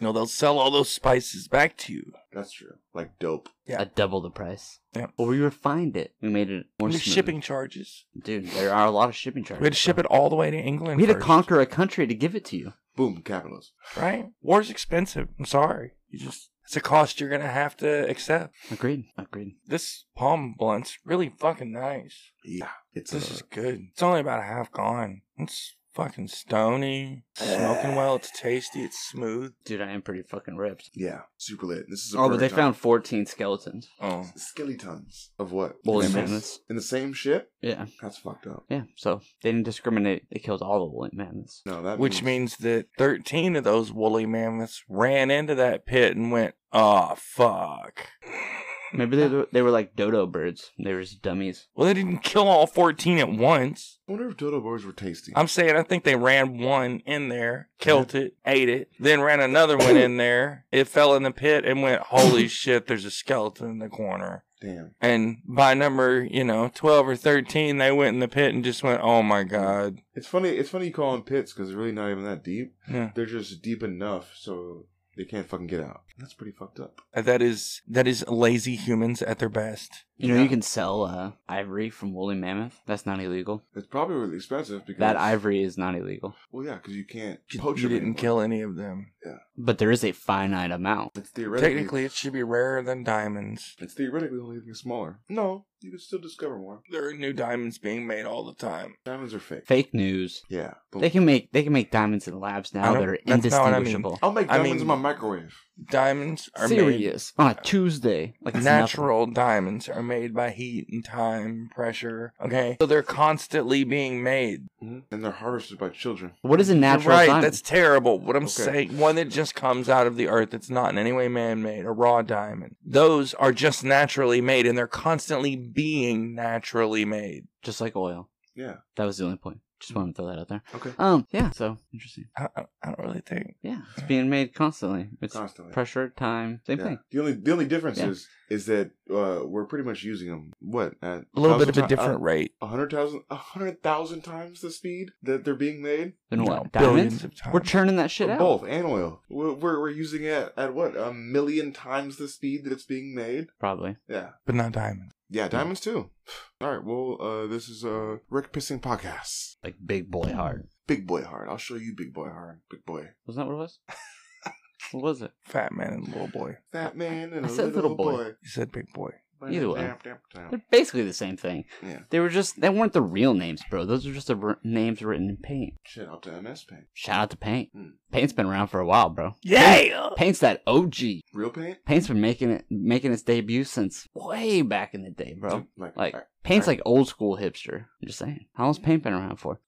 [SPEAKER 1] no, they'll sell all those spices back to you.
[SPEAKER 2] That's true. Like dope.
[SPEAKER 1] Yeah.
[SPEAKER 3] At double the price.
[SPEAKER 1] Yeah.
[SPEAKER 3] But we refined it. We made it more
[SPEAKER 1] There's
[SPEAKER 3] smooth.
[SPEAKER 1] shipping charges.
[SPEAKER 3] Dude, there are a lot of shipping charges.
[SPEAKER 1] We had to ship
[SPEAKER 3] bro.
[SPEAKER 1] it all the way to England.
[SPEAKER 3] We had to
[SPEAKER 1] first,
[SPEAKER 3] conquer a country to give it to you.
[SPEAKER 2] Boom, capitalism.
[SPEAKER 1] right? War's expensive. I'm sorry. You just it's a cost you're gonna have to accept.
[SPEAKER 3] Agreed. Agreed.
[SPEAKER 1] This palm blunt's really fucking nice.
[SPEAKER 2] Yeah, it's uh,
[SPEAKER 1] This
[SPEAKER 2] a,
[SPEAKER 1] is good. It's only about half gone. It's fucking stony. It's smoking well. It's tasty. It's smooth.
[SPEAKER 3] Dude, I am pretty fucking ripped.
[SPEAKER 2] yeah, super lit. This is a
[SPEAKER 3] Oh, but they
[SPEAKER 2] prototype.
[SPEAKER 3] found 14 skeletons.
[SPEAKER 1] Oh,
[SPEAKER 2] skeletons of what?
[SPEAKER 3] Woolly
[SPEAKER 2] Mammoths?
[SPEAKER 3] mammoths.
[SPEAKER 2] in the same ship.
[SPEAKER 3] Yeah.
[SPEAKER 2] That's fucked up.
[SPEAKER 3] Yeah. So they didn't discriminate. They killed all the woolly mammoths.
[SPEAKER 2] No, that
[SPEAKER 1] which means that 13 of those woolly mammoths ran into that pit and went, "Oh fuck."
[SPEAKER 3] Maybe they were, they were like dodo birds. They were just dummies.
[SPEAKER 1] Well, they didn't kill all 14 at once.
[SPEAKER 2] I wonder if dodo birds were tasty.
[SPEAKER 1] I'm saying I think they ran one in there, killed it, ate it, then ran another one in there. It fell in the pit and went, holy shit, there's a skeleton in the corner.
[SPEAKER 2] Damn.
[SPEAKER 1] And by number, you know, 12 or 13, they went in the pit and just went, oh my God.
[SPEAKER 2] It's funny. It's funny you call them pits because they're really not even that deep.
[SPEAKER 1] Yeah.
[SPEAKER 2] They're just deep enough so they can't fucking get out. That's pretty fucked up.
[SPEAKER 1] That is, that is lazy humans at their best.
[SPEAKER 3] You know,
[SPEAKER 2] Yeah.
[SPEAKER 3] you can sell uh, ivory from woolly mammoth. That's not illegal.
[SPEAKER 2] It's probably really expensive because
[SPEAKER 3] That ivory is not illegal.
[SPEAKER 2] Well, yeah, because you can't
[SPEAKER 1] You,
[SPEAKER 2] poach.
[SPEAKER 1] you
[SPEAKER 2] them
[SPEAKER 1] didn't
[SPEAKER 2] anymore.
[SPEAKER 1] kill any of them.
[SPEAKER 3] But there is a finite amount.
[SPEAKER 2] It's theoretically.
[SPEAKER 1] Technically, it should be rarer than diamonds.
[SPEAKER 2] It's theoretically only getting smaller. No, you can still discover more.
[SPEAKER 1] There are new diamonds being made all the time.
[SPEAKER 2] Diamonds are fake.
[SPEAKER 3] Fake news.
[SPEAKER 2] Yeah. Boom.
[SPEAKER 3] They can make they can make diamonds in labs
[SPEAKER 1] I
[SPEAKER 3] now
[SPEAKER 1] don't-
[SPEAKER 3] that are
[SPEAKER 1] that's not what I mean.
[SPEAKER 3] indistinguishable.
[SPEAKER 2] I'll make
[SPEAKER 1] I mean-
[SPEAKER 2] diamonds in my microwave.
[SPEAKER 1] Diamonds are made
[SPEAKER 3] Oh, Serious on a Tuesday, like it's nothing.
[SPEAKER 1] natural diamonds are made by heat and time, pressure. Okay, so they're constantly being made.
[SPEAKER 2] Mhm. And they're harvested by children.
[SPEAKER 3] What is a
[SPEAKER 1] You're
[SPEAKER 3] natural
[SPEAKER 1] right,
[SPEAKER 3] diamond?
[SPEAKER 1] that's terrible. What I'm
[SPEAKER 2] Okay.
[SPEAKER 1] saying, one that just comes out of the earth, that's not in any way man-made, a raw diamond. Those are just naturally made, and they're constantly being naturally made.
[SPEAKER 3] Just like oil.
[SPEAKER 2] Yeah.
[SPEAKER 3] That was the only point. Just wanted to throw that out there.
[SPEAKER 2] Okay.
[SPEAKER 3] Um, yeah. So interesting.
[SPEAKER 1] I, I, I don't really think.
[SPEAKER 3] Yeah, it's being made constantly. It's
[SPEAKER 2] Constantly.
[SPEAKER 3] pressure, time, same
[SPEAKER 2] Yeah.
[SPEAKER 3] thing.
[SPEAKER 2] The only the only difference
[SPEAKER 3] Yeah.
[SPEAKER 2] is is that uh, we're pretty much using them. What at
[SPEAKER 1] A little bit of
[SPEAKER 2] thousand
[SPEAKER 1] a
[SPEAKER 2] ti-
[SPEAKER 1] different
[SPEAKER 2] uh,
[SPEAKER 1] rate.
[SPEAKER 2] A hundred thousand, a hundred thousand times the speed that they're being made.
[SPEAKER 3] Then
[SPEAKER 1] No,
[SPEAKER 3] what?
[SPEAKER 1] billions
[SPEAKER 3] Diamonds.
[SPEAKER 1] of times.
[SPEAKER 3] We're churning that shit
[SPEAKER 2] For
[SPEAKER 3] out.
[SPEAKER 2] both and oil. We're, we're we're using it at what a million times the speed that it's being made.
[SPEAKER 3] Probably.
[SPEAKER 2] Yeah,
[SPEAKER 1] but not diamonds.
[SPEAKER 3] Hmm.
[SPEAKER 2] yeah, diamonds too. All right. Well, uh, this is uh Rick pissing podcast.
[SPEAKER 3] Like big boy hard.
[SPEAKER 2] Big boy hard. I'll show you big boy hard. Big boy.
[SPEAKER 3] Wasn't that what it was? what was it?
[SPEAKER 1] Fat man and little boy.
[SPEAKER 2] Fat man and
[SPEAKER 3] I
[SPEAKER 2] a
[SPEAKER 3] said
[SPEAKER 2] little,
[SPEAKER 3] little boy.
[SPEAKER 2] boy.
[SPEAKER 1] You said big boy.
[SPEAKER 3] Either way.
[SPEAKER 2] Dap, dap, dap.
[SPEAKER 3] They're basically the same thing.
[SPEAKER 2] Yeah.
[SPEAKER 3] They were just they weren't the real names, bro. Those are just the r- names written in paint.
[SPEAKER 2] Shit out to MS paint.
[SPEAKER 3] Shout out to paint.
[SPEAKER 2] Hmm.
[SPEAKER 3] Paint's been around for a while, bro.
[SPEAKER 1] Yeah.
[SPEAKER 3] Paint's that OG.
[SPEAKER 2] Real paint,
[SPEAKER 3] Paint's been making it making its debut since way back in the day, bro.
[SPEAKER 2] Like,
[SPEAKER 3] Like Paint's like old school hipster. I'm just saying. How long's Paint been around for?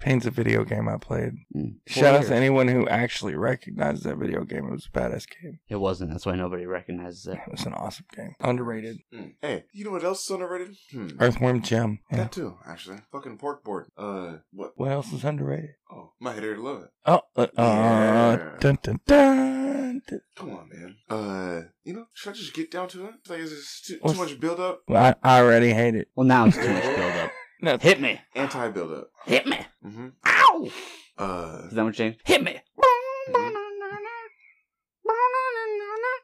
[SPEAKER 1] Pain's a video game I played.
[SPEAKER 3] Mm, four
[SPEAKER 1] Hmm. Shout out to
[SPEAKER 3] years.
[SPEAKER 1] anyone who actually recognized that video game. It was a badass game.
[SPEAKER 3] It wasn't. That's why nobody recognizes it.
[SPEAKER 1] It was an awesome game. Underrated.
[SPEAKER 2] Mm. Hey, you know what else is underrated? Hmm.
[SPEAKER 1] Earthworm Jim. Yeah.
[SPEAKER 2] That too, actually. Fucking pork board. Uh, what?
[SPEAKER 1] What else is underrated?
[SPEAKER 2] Oh, my head already love it.
[SPEAKER 1] Oh, uh,
[SPEAKER 2] Yeah.
[SPEAKER 1] uh, dun, dun, dun, dun.
[SPEAKER 2] Come on, man. Uh, you know, should I just get down to it? Like, is this too, too
[SPEAKER 1] What's-
[SPEAKER 2] much build up?
[SPEAKER 1] Well, I, I already hate it.
[SPEAKER 3] Well, now it's too much build up.
[SPEAKER 1] No,
[SPEAKER 3] Hit me.
[SPEAKER 2] Anti build up.
[SPEAKER 3] Hit me.
[SPEAKER 2] Mm-hmm.
[SPEAKER 3] Ow.
[SPEAKER 2] Uh,
[SPEAKER 3] Is that what James? Hit me.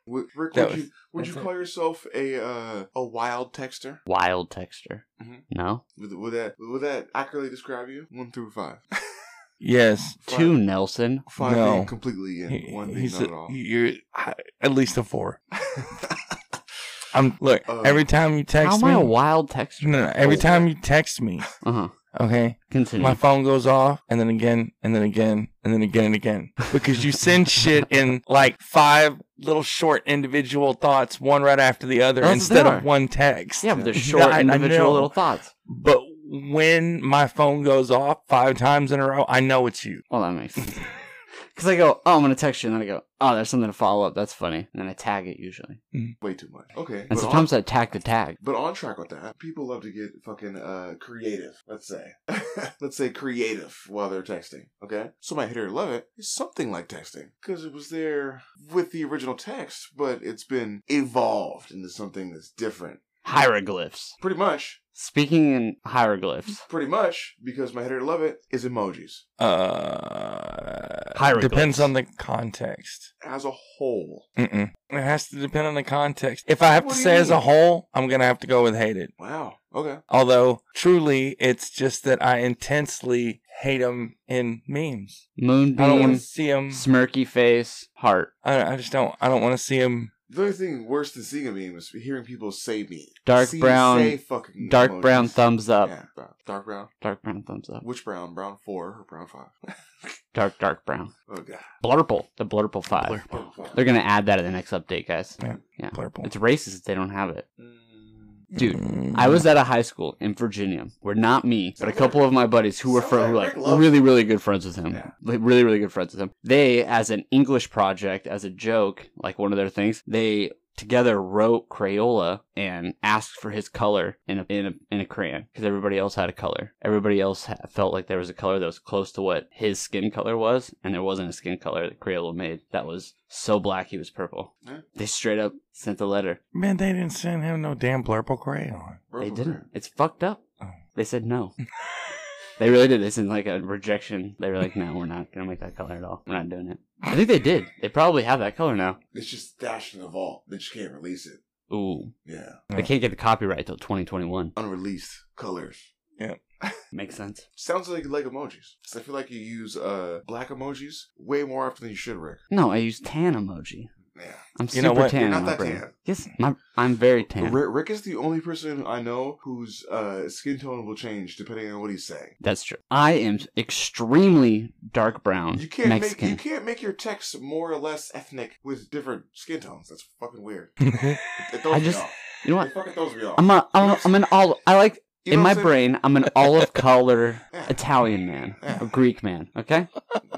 [SPEAKER 2] would, Rick,
[SPEAKER 1] That
[SPEAKER 2] would
[SPEAKER 1] was-
[SPEAKER 2] you would you
[SPEAKER 1] that's
[SPEAKER 2] call yourself a uh a wild texter?
[SPEAKER 3] Wild texture.
[SPEAKER 1] Mm-hmm.
[SPEAKER 2] Mhm.
[SPEAKER 3] No.
[SPEAKER 2] Would, would that would that accurately describe you? One through five.
[SPEAKER 1] Yes.
[SPEAKER 2] Five-
[SPEAKER 3] Two Nelson.
[SPEAKER 2] Five
[SPEAKER 1] No.
[SPEAKER 2] being completely in,
[SPEAKER 1] He-
[SPEAKER 2] one being
[SPEAKER 1] he's
[SPEAKER 2] not
[SPEAKER 1] a-
[SPEAKER 2] at all.
[SPEAKER 1] You're I- at least a four. I'm look
[SPEAKER 2] Uh,
[SPEAKER 1] every time you text
[SPEAKER 3] How am
[SPEAKER 1] me.
[SPEAKER 3] I a wild texture?
[SPEAKER 1] no, no, every
[SPEAKER 2] Oh.
[SPEAKER 1] time you text me,
[SPEAKER 3] Uh huh.
[SPEAKER 1] okay,
[SPEAKER 3] Continue.
[SPEAKER 2] Mm-hmm.
[SPEAKER 1] my phone goes off and then again and then again and then again and again because you send shit in like five little short individual thoughts one right after the other
[SPEAKER 3] That's what
[SPEAKER 1] instead
[SPEAKER 3] they are.
[SPEAKER 1] of one text
[SPEAKER 3] yeah, but they're
[SPEAKER 1] Yeah,
[SPEAKER 3] short
[SPEAKER 1] I- I
[SPEAKER 3] individual
[SPEAKER 1] know.
[SPEAKER 3] little thoughts.
[SPEAKER 1] but when my phone goes off five times in a row i know it's you
[SPEAKER 3] Well, that makes sense. Because I go, oh, I'm gonna text you, and then I go, oh, there's something to follow up. That's funny, and then I tag it usually.
[SPEAKER 2] Way too much. Okay.
[SPEAKER 3] And
[SPEAKER 2] But on,
[SPEAKER 3] sometimes I tag the tag.
[SPEAKER 2] but on track with that, people love to get fucking uh creative. Let's say, let's say creative while they're texting. Okay. So my hitter love it is something like texting because it was there with the original text, but it's been evolved into something that's different.
[SPEAKER 3] Hieroglyphs.
[SPEAKER 2] Pretty much.
[SPEAKER 3] Speaking in hieroglyphs.
[SPEAKER 2] Pretty much because my hitter love it is emojis
[SPEAKER 1] uh
[SPEAKER 3] Hieroglyphs.
[SPEAKER 1] depends on the context
[SPEAKER 2] as a whole.
[SPEAKER 1] Mm-mm. it has to depend on the context if i have
[SPEAKER 2] What
[SPEAKER 1] to
[SPEAKER 2] do you
[SPEAKER 1] say as a
[SPEAKER 2] mean?
[SPEAKER 1] whole i'm gonna have to go with hate it
[SPEAKER 2] Wow. Okay.
[SPEAKER 1] Although truly, it's just that I intensely hate them in memes. I don't want
[SPEAKER 3] Moonbeam,
[SPEAKER 1] to see them.
[SPEAKER 3] smirky face, heart,
[SPEAKER 1] I, I just don't. I don't want to see them.
[SPEAKER 2] The only thing worse than seeing a meme is hearing people say meme.
[SPEAKER 3] Dark
[SPEAKER 2] See-
[SPEAKER 3] brown-
[SPEAKER 2] say fucking
[SPEAKER 3] dark
[SPEAKER 2] emojis.
[SPEAKER 3] brown thumbs up,
[SPEAKER 2] Yeah, brown. dark brown.
[SPEAKER 3] dark brown thumbs up,
[SPEAKER 2] Which brown? Brown four or brown five?
[SPEAKER 3] dark dark brown.
[SPEAKER 2] Oh god.
[SPEAKER 3] Blurple, the blurple five.
[SPEAKER 2] Brown five.
[SPEAKER 3] They're gonna add that in the next update, guys.
[SPEAKER 1] Yeah.
[SPEAKER 3] Yeah.
[SPEAKER 1] Purple.
[SPEAKER 3] It's racist if they don't have it.
[SPEAKER 2] Mm.
[SPEAKER 3] Dude,
[SPEAKER 1] Mm-hmm.
[SPEAKER 3] I was at a high school in Virginia where not me, but a couple of my buddies who were fr- who were like really, really good friends with him.
[SPEAKER 2] Yeah.
[SPEAKER 3] Like really, really good friends with him. They, as an English project, as a joke, like one of their things, they together wrote Crayola and asked for his color in a in a, in a crayon because everybody else had a color. Everybody else ha- felt like there was a color that was close to what his skin color was, and there wasn't a skin color that Crayola made that was so black he was purple.
[SPEAKER 2] Yeah.
[SPEAKER 3] They straight up sent the letter.
[SPEAKER 1] Man, they didn't send him no damn blurple crayon.
[SPEAKER 2] Brown
[SPEAKER 3] They
[SPEAKER 2] four.
[SPEAKER 3] didn't. It's fucked up.
[SPEAKER 1] Oh.
[SPEAKER 3] They said no. they really did. They sent like a rejection. They were like, no, we're not gonna make that color at all. We're not doing it. I think they did. They probably have that color now.
[SPEAKER 2] It's just stashed in the vault. They just can't release it.
[SPEAKER 3] Ooh,
[SPEAKER 2] Yeah.
[SPEAKER 3] they can't get the copyright till 2021.
[SPEAKER 2] Unreleased colors.
[SPEAKER 3] Makes sense.
[SPEAKER 2] Sounds like like emojis. 'Cause I feel like you use uh black emojis way more often than you should, Rick.
[SPEAKER 3] No, I use tan emoji.
[SPEAKER 2] Yeah.
[SPEAKER 3] I'm
[SPEAKER 1] You
[SPEAKER 3] super
[SPEAKER 1] know what?
[SPEAKER 3] tan.
[SPEAKER 2] You're
[SPEAKER 3] on
[SPEAKER 2] not
[SPEAKER 3] my
[SPEAKER 2] that
[SPEAKER 3] brain.
[SPEAKER 2] tan.
[SPEAKER 3] Yes, my, I'm very tan.
[SPEAKER 2] Rick, Rick is the only person I know whose uh, skin tone will change depending on what he's saying.
[SPEAKER 3] That's true. I am extremely dark brown
[SPEAKER 2] You can't
[SPEAKER 3] Mm. Mexican.
[SPEAKER 2] make you can't make your text more or less ethnic with different skin tones. That's fucking weird. It throws
[SPEAKER 3] I
[SPEAKER 2] me
[SPEAKER 3] just-
[SPEAKER 2] off.
[SPEAKER 3] you know
[SPEAKER 2] It
[SPEAKER 3] what?
[SPEAKER 2] fucking throws me off.
[SPEAKER 3] I'm a, I'm, a, I'm an all. I like
[SPEAKER 2] You
[SPEAKER 3] in
[SPEAKER 2] know
[SPEAKER 3] my
[SPEAKER 2] what I'm saying?
[SPEAKER 3] brain. I'm an olive color
[SPEAKER 2] Yeah.
[SPEAKER 3] Italian man,
[SPEAKER 2] Yeah.
[SPEAKER 3] a Greek man. Okay.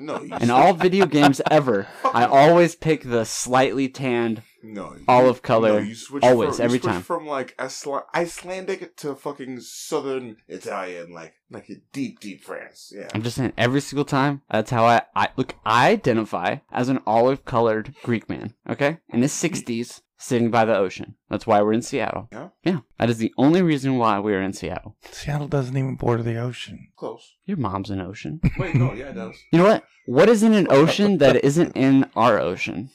[SPEAKER 2] No, you
[SPEAKER 3] In all video games ever, I always pick the slightly tanned
[SPEAKER 2] no you-
[SPEAKER 3] olive color.
[SPEAKER 2] No, you switch
[SPEAKER 3] always,
[SPEAKER 2] from, you
[SPEAKER 3] every
[SPEAKER 2] switch
[SPEAKER 3] time.
[SPEAKER 2] from like Isla- Icelandic to fucking Southern Italian, like like deep deep France. Yeah,
[SPEAKER 3] I'm just saying, every single time, that's how I, I look. I identify as an olive colored Greek man, okay? In his 60s, sitting by the ocean. That's why we're in Seattle.
[SPEAKER 2] Yeah?
[SPEAKER 3] Yeah. That is the only reason why we are in Seattle.
[SPEAKER 1] Seattle doesn't even border the ocean.
[SPEAKER 2] close.
[SPEAKER 3] Your mom's an ocean.
[SPEAKER 2] Wait, no, yeah, it does.
[SPEAKER 3] You know what? What is in an ocean that isn't in our ocean?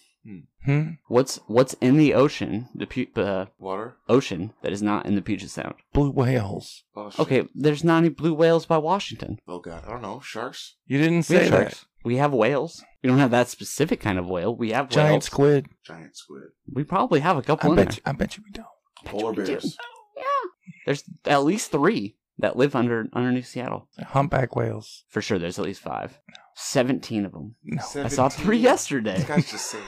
[SPEAKER 1] Hmm?
[SPEAKER 3] What's what's in the ocean, the pu- uh,
[SPEAKER 2] Water.
[SPEAKER 3] ocean that is not in the Puget Sound?
[SPEAKER 1] Blue whales.
[SPEAKER 2] Oh, shit.
[SPEAKER 3] Okay, there's not any blue whales by Washington.
[SPEAKER 2] Oh god, I don't know. Sharks.
[SPEAKER 1] You didn't
[SPEAKER 3] We have
[SPEAKER 1] say that.
[SPEAKER 3] sharks. We have whales. We don't have that specific kind of whale. We have
[SPEAKER 1] Giant
[SPEAKER 3] whales.
[SPEAKER 1] squid.
[SPEAKER 2] Giant squid.
[SPEAKER 3] We probably have a
[SPEAKER 1] I
[SPEAKER 3] couple in there.
[SPEAKER 1] bet, you, I bet you we don't.
[SPEAKER 2] Polar
[SPEAKER 3] we do.
[SPEAKER 2] bears.
[SPEAKER 3] Yeah. There's at least three that live under underneath Seattle.
[SPEAKER 1] Humpback whales.
[SPEAKER 3] For sure, there's at least five. Seventeen of them.
[SPEAKER 1] No.
[SPEAKER 3] I saw three
[SPEAKER 2] 17.
[SPEAKER 3] yesterday.
[SPEAKER 2] This guy's just saying,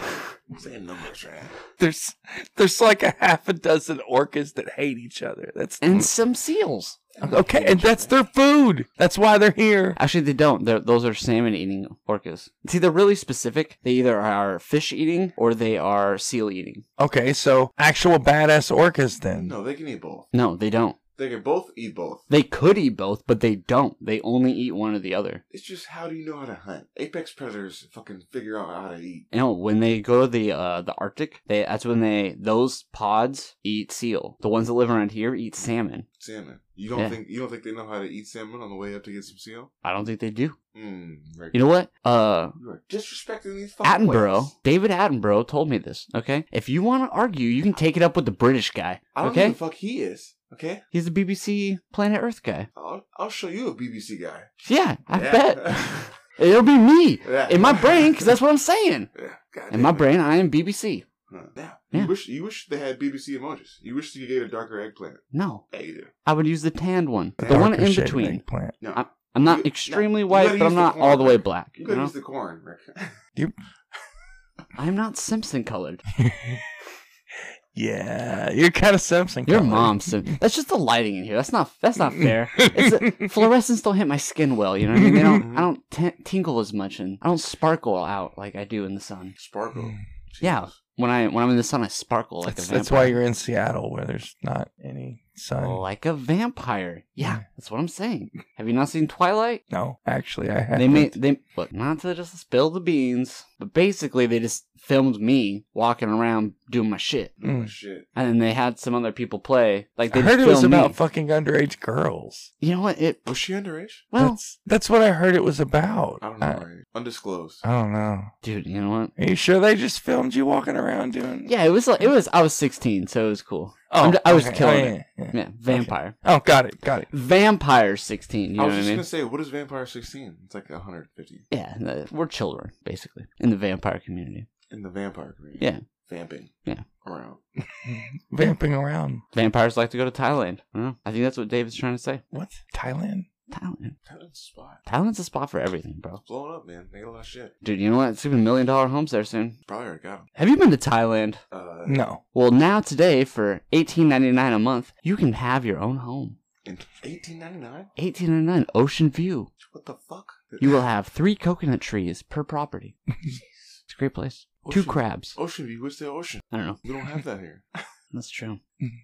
[SPEAKER 2] saying numbers, man.
[SPEAKER 1] There's there's like a half a dozen orcas that hate each other. That's
[SPEAKER 3] And some seals.
[SPEAKER 1] okay, and that's their food. That's why they're here.
[SPEAKER 3] Actually, they don't. They're, those are salmon eating orcas. See, they're really specific. They either are fish eating or they are seal eating.
[SPEAKER 1] Okay, so actual badass orcas then.
[SPEAKER 2] No, they can eat both.
[SPEAKER 3] No, they don't.
[SPEAKER 2] They can both eat both.
[SPEAKER 3] They could eat both, but they don't. They only eat one or the other.
[SPEAKER 2] It's just how do you know how to hunt? Apex predators fucking figure out how to eat.
[SPEAKER 3] You know, when they go to the uh, the Arctic, they that's when they those pods eat seal. The ones that live around here eat salmon.
[SPEAKER 2] Salmon. You don't
[SPEAKER 3] Yeah.
[SPEAKER 2] think you don't think they know how to eat salmon on the way up to get some seal?
[SPEAKER 3] I don't think they do.
[SPEAKER 2] Mm, right.
[SPEAKER 3] You know what? Uh,
[SPEAKER 2] you are disrespecting these fucking
[SPEAKER 3] Attenborough,
[SPEAKER 2] whales.
[SPEAKER 3] David Attenborough told me this. Okay, if you want to argue, you can take it up with the British guy.
[SPEAKER 2] I don't know
[SPEAKER 3] okay,
[SPEAKER 2] who the fuck he is. Okay,
[SPEAKER 3] he's the BBC Planet Earth guy.
[SPEAKER 2] I'll, I'll show you a BBC guy.
[SPEAKER 3] Yeah, I
[SPEAKER 2] Yeah.
[SPEAKER 3] bet it'll be me
[SPEAKER 2] Yeah.
[SPEAKER 3] in my brain because that's what I'm saying.
[SPEAKER 2] Yeah, God
[SPEAKER 3] In my
[SPEAKER 2] damn it.
[SPEAKER 3] brain, I am BBC.
[SPEAKER 2] Huh. Yeah.
[SPEAKER 3] Yeah.
[SPEAKER 2] You wish you wish they had BBC emojis. You wish you could get a darker eggplant.
[SPEAKER 3] No,
[SPEAKER 2] Yeah, you do.
[SPEAKER 3] I would use the tanned one, the
[SPEAKER 2] Darker
[SPEAKER 3] one in
[SPEAKER 1] shaded
[SPEAKER 3] between.
[SPEAKER 1] eggplant.
[SPEAKER 2] No.
[SPEAKER 3] I'm- I'm not
[SPEAKER 2] You-
[SPEAKER 3] extremely
[SPEAKER 2] no, you
[SPEAKER 3] white,
[SPEAKER 2] gotta
[SPEAKER 3] but I'm
[SPEAKER 2] use the
[SPEAKER 3] not
[SPEAKER 2] corn.
[SPEAKER 3] all the way black.
[SPEAKER 2] You
[SPEAKER 3] You
[SPEAKER 2] gotta
[SPEAKER 3] know?
[SPEAKER 2] use the corn, Rick.
[SPEAKER 3] I'm not Simpson colored.
[SPEAKER 1] Yeah, you're kind of something.
[SPEAKER 3] Your
[SPEAKER 1] colored.
[SPEAKER 3] mom's Sim- that's just the lighting in here. That's not that's not fair. It's a, fluorescents don't hit my skin well. You know what I mean? They don't. I don't t- tingle as much, and I don't sparkle out like I do in the sun.
[SPEAKER 2] Sparkle.
[SPEAKER 3] Mm. Yeah. When I when I'm in the sun, I sparkle like
[SPEAKER 1] that's,
[SPEAKER 3] a vampire.
[SPEAKER 1] that's why you're in Seattle, where there's not any sun.
[SPEAKER 2] Oh,
[SPEAKER 3] like a vampire. Yeah, that's what I'm saying. Have you not seen Twilight?
[SPEAKER 1] No, actually, I have.
[SPEAKER 3] They made they look not to just spill the beans, but basically they just filmed me walking around doing my shit,
[SPEAKER 2] Oh,
[SPEAKER 1] Mm.
[SPEAKER 2] shit.
[SPEAKER 3] and then they had some other people play. Like
[SPEAKER 1] I
[SPEAKER 3] they
[SPEAKER 1] heard it
[SPEAKER 3] filmed
[SPEAKER 1] was about
[SPEAKER 3] me.
[SPEAKER 1] fucking underage girls.
[SPEAKER 3] you know what? It
[SPEAKER 2] Was she underage?
[SPEAKER 3] well,
[SPEAKER 1] that's that's what I heard it was about.
[SPEAKER 2] I don't know.
[SPEAKER 3] Uh,
[SPEAKER 2] right? Undisclosed.
[SPEAKER 1] I, I don't know.
[SPEAKER 3] dude, you know what?
[SPEAKER 1] Are you sure they just filmed you walking around doing?
[SPEAKER 3] Yeah, it was like it was. I was 16, so it was cool. I'm ju- I was killing
[SPEAKER 1] yeah, Oh, yeah.
[SPEAKER 3] Yeah, vampire,
[SPEAKER 1] Oh, got it, got it.
[SPEAKER 3] vampire 16. You know
[SPEAKER 2] I
[SPEAKER 3] what
[SPEAKER 2] was
[SPEAKER 3] I
[SPEAKER 2] just
[SPEAKER 3] mean?
[SPEAKER 2] gonna say, what is Vampire 16? It's like 150
[SPEAKER 3] Yeah, no, we're children basically in the vampire community.
[SPEAKER 2] in the vampire community.
[SPEAKER 3] Yeah.
[SPEAKER 2] Vamping.
[SPEAKER 3] Yeah.
[SPEAKER 2] Around.
[SPEAKER 1] Vamping around.
[SPEAKER 3] Vampires like to go to Thailand. I, don't know. I think that's what David's trying to say.
[SPEAKER 1] What? Thailand?
[SPEAKER 3] Thailand,
[SPEAKER 2] That's a spot.
[SPEAKER 3] Thailand's a spot for everything, bro.
[SPEAKER 2] It's blowing up, man. They got a lot of shit.
[SPEAKER 3] Dude, you know what? It's even million dollar homes there soon.
[SPEAKER 2] Probably already got 'em.
[SPEAKER 3] Have you been to Thailand?
[SPEAKER 2] Uh,
[SPEAKER 1] No.
[SPEAKER 3] Well, now today for 18.99 a month, you can have your own home.
[SPEAKER 2] in 1899?
[SPEAKER 3] 18.99 ocean view.
[SPEAKER 2] What the fuck?
[SPEAKER 3] You will have three coconut trees per property. It's a great place. Two
[SPEAKER 2] Ocean-
[SPEAKER 3] crabs.
[SPEAKER 2] Ocean view. What's the ocean?
[SPEAKER 3] I don't know.
[SPEAKER 2] We don't have that here.
[SPEAKER 3] That's true.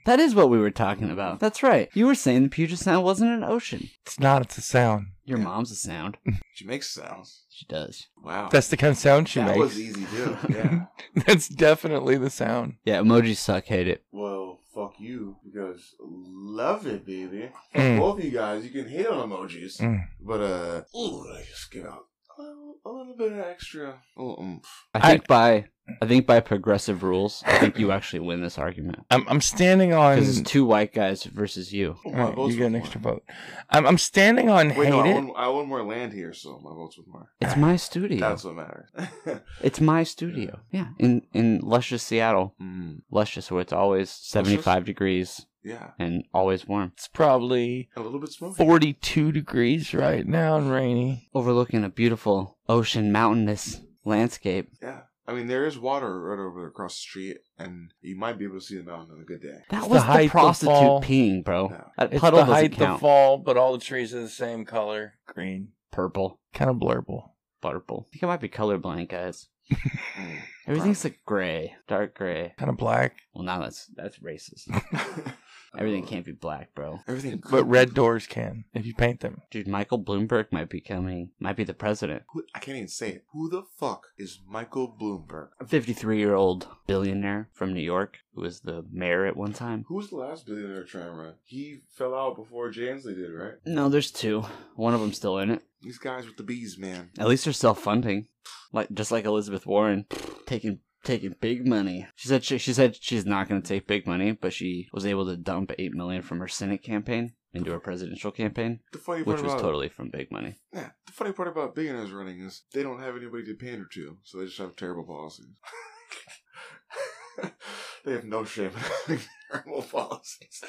[SPEAKER 3] That is what we were talking about. Mm-hmm. That's right. You were saying the Puget Sound wasn't an ocean.
[SPEAKER 1] It's not. It's a sound.
[SPEAKER 3] Your
[SPEAKER 2] Yeah.
[SPEAKER 3] mom's a sound.
[SPEAKER 2] She makes sounds.
[SPEAKER 3] She does.
[SPEAKER 2] Wow.
[SPEAKER 1] That's the kind of sound she
[SPEAKER 2] that
[SPEAKER 1] makes.
[SPEAKER 2] was easy too. Yeah.
[SPEAKER 1] That's definitely the sound.
[SPEAKER 3] Yeah, emojis suck. Hate it.
[SPEAKER 2] well, fuck you because love it, baby. For
[SPEAKER 1] Mm.
[SPEAKER 2] both of you guys, you can hate on emojis,
[SPEAKER 1] Mm.
[SPEAKER 2] but uh, ooh, I just give out a little, a little little bit of extra. a little oomph.
[SPEAKER 3] I think by I think by progressive rules, I think you actually win this argument
[SPEAKER 1] I'm, I'm standing on.
[SPEAKER 3] because it's two white guys versus you.
[SPEAKER 2] Oh, my
[SPEAKER 1] Alright,
[SPEAKER 2] vote's
[SPEAKER 1] you get an
[SPEAKER 2] with
[SPEAKER 1] extra
[SPEAKER 2] mine.
[SPEAKER 1] vote. I'm, I'm standing on
[SPEAKER 2] Wait,
[SPEAKER 1] hate
[SPEAKER 2] no, I
[SPEAKER 1] it.
[SPEAKER 2] won, I won more land here, so my vote's with mine.
[SPEAKER 3] It's my studio.
[SPEAKER 2] That's what matters.
[SPEAKER 3] It's my studio. Yeah, in in luscious Seattle,
[SPEAKER 2] Mm,
[SPEAKER 3] luscious where it's always seventy five degrees
[SPEAKER 2] yeah,
[SPEAKER 3] and always warm,
[SPEAKER 1] It's probably
[SPEAKER 2] a little bit smoky.
[SPEAKER 1] 42 degrees right now and rainy.
[SPEAKER 3] overlooking a beautiful ocean mountainous landscape.
[SPEAKER 2] Yeah. I mean, there is water right over across the street, and you might be able to see the mountain on a good day.
[SPEAKER 3] That
[SPEAKER 1] It's
[SPEAKER 3] was
[SPEAKER 1] the
[SPEAKER 3] the,
[SPEAKER 1] height of
[SPEAKER 3] prostitute
[SPEAKER 1] fall.
[SPEAKER 3] peeing, bro.
[SPEAKER 2] Yeah.
[SPEAKER 3] That
[SPEAKER 1] It's
[SPEAKER 3] puddle
[SPEAKER 1] the
[SPEAKER 3] doesn't
[SPEAKER 1] height
[SPEAKER 3] count.
[SPEAKER 1] of fall, but all the trees are the same color green.
[SPEAKER 3] Purple,
[SPEAKER 1] Kind of blurble.
[SPEAKER 3] purple. I think I might be colorblind, guys.
[SPEAKER 2] Mm.
[SPEAKER 3] Everything's like gray, dark gray.
[SPEAKER 1] Kind of black.
[SPEAKER 3] Well, now that's that's racist.
[SPEAKER 2] Uh,
[SPEAKER 3] Everything can't be black, bro.
[SPEAKER 2] Everything.
[SPEAKER 1] But
[SPEAKER 2] could-
[SPEAKER 1] red doors can if you paint them.
[SPEAKER 3] Dude, Michael Bloomberg might be coming, might be the president.
[SPEAKER 2] Who, I can't even say it. Who the fuck is Michael Bloomberg?
[SPEAKER 3] A 53 year old billionaire from New York who was the mayor at one time.
[SPEAKER 2] Who was the last billionaire trying to run? He fell out before Jansley did, right?
[SPEAKER 3] No, there's two. One of them's still in it.
[SPEAKER 2] These guys with the bees, man.
[SPEAKER 3] At least they're self funding, like just like Elizabeth Warren, taking taking big money. She said she, she said she's not going to take big money, but she was able to dump eight million from her Senate campaign into her presidential campaign,
[SPEAKER 2] The funny part
[SPEAKER 3] which was
[SPEAKER 2] about
[SPEAKER 3] totally from big money.
[SPEAKER 2] yeah, the funny part about billionaires running is they don't have anybody to pander to, so they just have terrible policies. they have no shame in having terrible policies.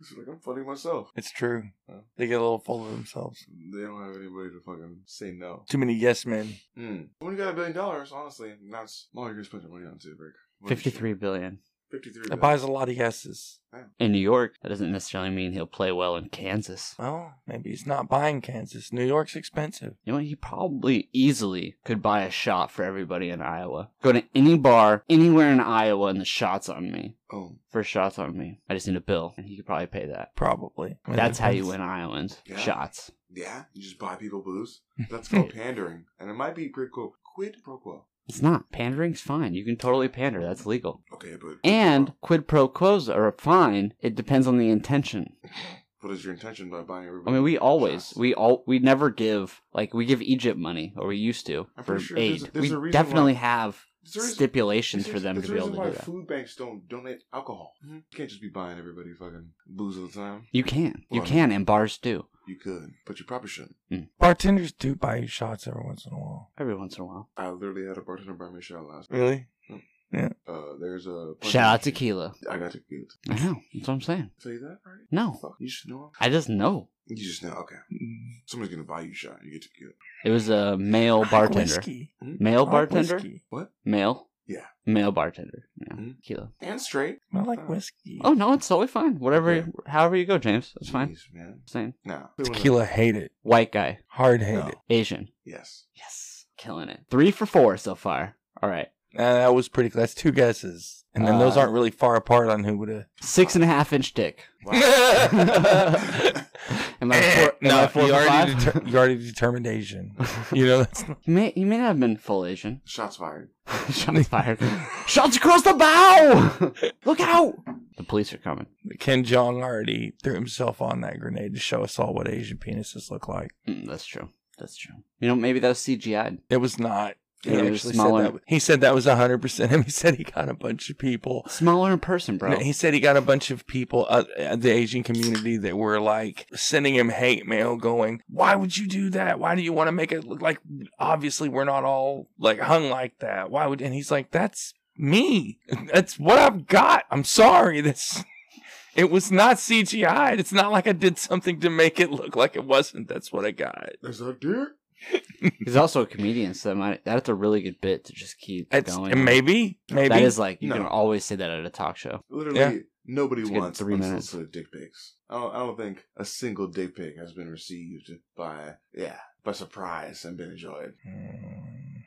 [SPEAKER 2] It's like I'm funny myself.
[SPEAKER 1] It's true.
[SPEAKER 3] Oh.
[SPEAKER 2] Huh?
[SPEAKER 1] They get a little full of themselves.
[SPEAKER 2] They don't have anybody to fucking say no.
[SPEAKER 1] Too many yes men.
[SPEAKER 2] Hmm. When you got a billion dollars, honestly, that's all you're gonna spend your money on, too, Rick. What is it?
[SPEAKER 3] Fifty three billion.
[SPEAKER 2] Fifty-three.
[SPEAKER 1] That
[SPEAKER 2] billion.
[SPEAKER 1] buys a lot of yeses.
[SPEAKER 3] in New York, that doesn't necessarily mean he'll play well in Kansas.
[SPEAKER 1] Well, maybe he's not buying Kansas. New York's expensive.
[SPEAKER 3] You know, what? he probably easily could buy a shot for everybody in Iowa. Go to any bar anywhere in Iowa and the shots on me.
[SPEAKER 2] Oh,
[SPEAKER 3] First shots on me. I just need a bill, and he could probably pay that.
[SPEAKER 1] Probably. I mean,
[SPEAKER 3] That's how you
[SPEAKER 1] depends.
[SPEAKER 3] win Ireland.
[SPEAKER 2] Yeah.
[SPEAKER 3] Shots.
[SPEAKER 2] yeah. You just buy people booze. That's called pandering, and it might be pretty cool. Quid pro quo.
[SPEAKER 3] It's not. Pandering's fine. You can totally pander. That's legal.
[SPEAKER 2] Okay, but
[SPEAKER 3] And quid pro quos are fine. It depends on the intention.
[SPEAKER 2] what is your intention by buying everybody?
[SPEAKER 3] I mean, we always
[SPEAKER 2] shots?
[SPEAKER 3] we all we never give like we give Egypt money or we used to
[SPEAKER 2] I'm
[SPEAKER 3] for
[SPEAKER 2] pretty sure
[SPEAKER 3] aid.
[SPEAKER 2] there's- there's a
[SPEAKER 3] we
[SPEAKER 2] reason
[SPEAKER 3] definitely
[SPEAKER 2] why-
[SPEAKER 3] have
[SPEAKER 2] There's a reason-
[SPEAKER 3] stipulations
[SPEAKER 2] there's-
[SPEAKER 3] for them
[SPEAKER 2] there's
[SPEAKER 3] to
[SPEAKER 2] a
[SPEAKER 3] be able to do
[SPEAKER 2] reason why
[SPEAKER 3] that. Mm-hmm.
[SPEAKER 2] Food banks don't donate alcohol. You can't just be buying everybody fucking booze all the time.
[SPEAKER 3] You can. You
[SPEAKER 2] Well, I
[SPEAKER 3] can, and bars do.
[SPEAKER 2] You could, but you probably shouldn't.
[SPEAKER 1] Bartenders do buy you shots every once in a while.
[SPEAKER 3] Every once in a while.
[SPEAKER 2] I literally had a bartender buy me a shot last.
[SPEAKER 1] Really?
[SPEAKER 2] Uh, there's a
[SPEAKER 3] Shout out tequila.
[SPEAKER 2] I got to get
[SPEAKER 3] I know. That's what I'm saying.
[SPEAKER 2] tell you that right. Oh,
[SPEAKER 3] No.
[SPEAKER 2] Fuck, you just know.
[SPEAKER 3] I just know.
[SPEAKER 2] You just know. Okay, somebody's gonna buy you a shot. You get to get.
[SPEAKER 3] It was a male bartender.
[SPEAKER 1] Whiskey.
[SPEAKER 3] Male
[SPEAKER 1] Hot
[SPEAKER 3] bartender?
[SPEAKER 1] whiskey.
[SPEAKER 3] Male?
[SPEAKER 2] Yeah.
[SPEAKER 3] Male bartender. Yeah.
[SPEAKER 2] Mhm.
[SPEAKER 3] Tequila.
[SPEAKER 2] And straight.
[SPEAKER 1] I like
[SPEAKER 2] Uh,
[SPEAKER 1] whiskey.
[SPEAKER 3] Oh no, it's totally fine. Whatever
[SPEAKER 2] Okay.
[SPEAKER 3] however you go, James. It's fine.
[SPEAKER 2] Jeez, man.
[SPEAKER 3] Same.
[SPEAKER 2] No.
[SPEAKER 1] Tequila hate it.
[SPEAKER 3] White guy.
[SPEAKER 1] Hard hate
[SPEAKER 2] No.
[SPEAKER 1] it.
[SPEAKER 3] Asian.
[SPEAKER 2] Yes.
[SPEAKER 3] Yes. Killing it. Three for four so far. All right.
[SPEAKER 1] Nah, that was pretty That's two guesses. And then those
[SPEAKER 3] Uh,
[SPEAKER 1] aren't really far apart on who would have.
[SPEAKER 3] Six and a half inch dick. Am I four, am I four
[SPEAKER 1] Eh, you,
[SPEAKER 3] for
[SPEAKER 1] already
[SPEAKER 3] five?
[SPEAKER 1] deter- you already determination. You know, that's not-
[SPEAKER 3] He may, he may not have been full Asian.
[SPEAKER 2] Shots fired.
[SPEAKER 3] Shots fired. Shots across the bow! Look out! The police are coming.
[SPEAKER 1] Ken Jong already threw himself on that grenade to show us all what Asian penises look like.
[SPEAKER 3] Mm, that's true. That's true. You know, maybe that was CGI.
[SPEAKER 1] It was not. He
[SPEAKER 3] Yeah, it was
[SPEAKER 1] actually
[SPEAKER 3] smaller.
[SPEAKER 1] said that. He said that was 100% him. He said he got a bunch of people
[SPEAKER 3] Smaller in person, bro.
[SPEAKER 1] No, He said he got a bunch of people, uh, uh, the Asian community, that were like sending him hate mail, going, "Why would you do that? Why do you want to make it look like obviously we're not all like hung like that? Why would?" And he's like, "That's me. That's what I've got. I'm sorry. That's." It was not CGI. It's not like I did something to make it look like it wasn't. That's what I got.
[SPEAKER 2] There's a dick.
[SPEAKER 3] He's also a comedian, so that might, that's a really good bit to just keep
[SPEAKER 1] It's,
[SPEAKER 3] going. on.
[SPEAKER 1] maybe, maybe
[SPEAKER 3] That is like, you
[SPEAKER 2] No.
[SPEAKER 3] can always say that at a talk show.
[SPEAKER 2] Literally,
[SPEAKER 1] Yeah.
[SPEAKER 2] nobody
[SPEAKER 3] It's a good
[SPEAKER 2] wants
[SPEAKER 3] three minutes.
[SPEAKER 2] unsolicited dick pics. I don't, I don't think a single dick pic has been received by, yeah, by surprise and been enjoyed.
[SPEAKER 1] Mm.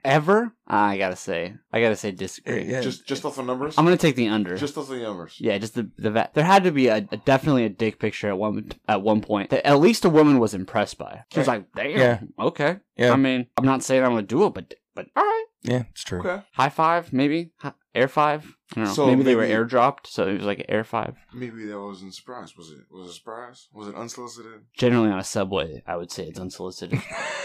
[SPEAKER 3] Ever? I gotta say. I gotta say disagree.
[SPEAKER 1] Yeah,
[SPEAKER 2] Just just off the numbers?
[SPEAKER 3] I'm gonna take the under.
[SPEAKER 2] just off the numbers.
[SPEAKER 3] yeah, just the the va- there had to be a, a- definitely a dick picture at one at one point that at least a woman was impressed by. She was like, "Damn,
[SPEAKER 1] Yeah.
[SPEAKER 3] okay."
[SPEAKER 1] Yeah.
[SPEAKER 3] I mean, I'm not saying I'm gonna do it, but but all right.
[SPEAKER 1] yeah, it's true.
[SPEAKER 2] Okay.
[SPEAKER 3] High five, maybe Hi- air five. I don't know.
[SPEAKER 2] So
[SPEAKER 3] maybe, they were
[SPEAKER 2] maybe-
[SPEAKER 3] airdropped, so it was like air five.
[SPEAKER 2] Maybe that wasn't a surprise. Was it? Was it a surprise? Was it unsolicited?
[SPEAKER 3] Generally on a subway, I would say it's unsolicited.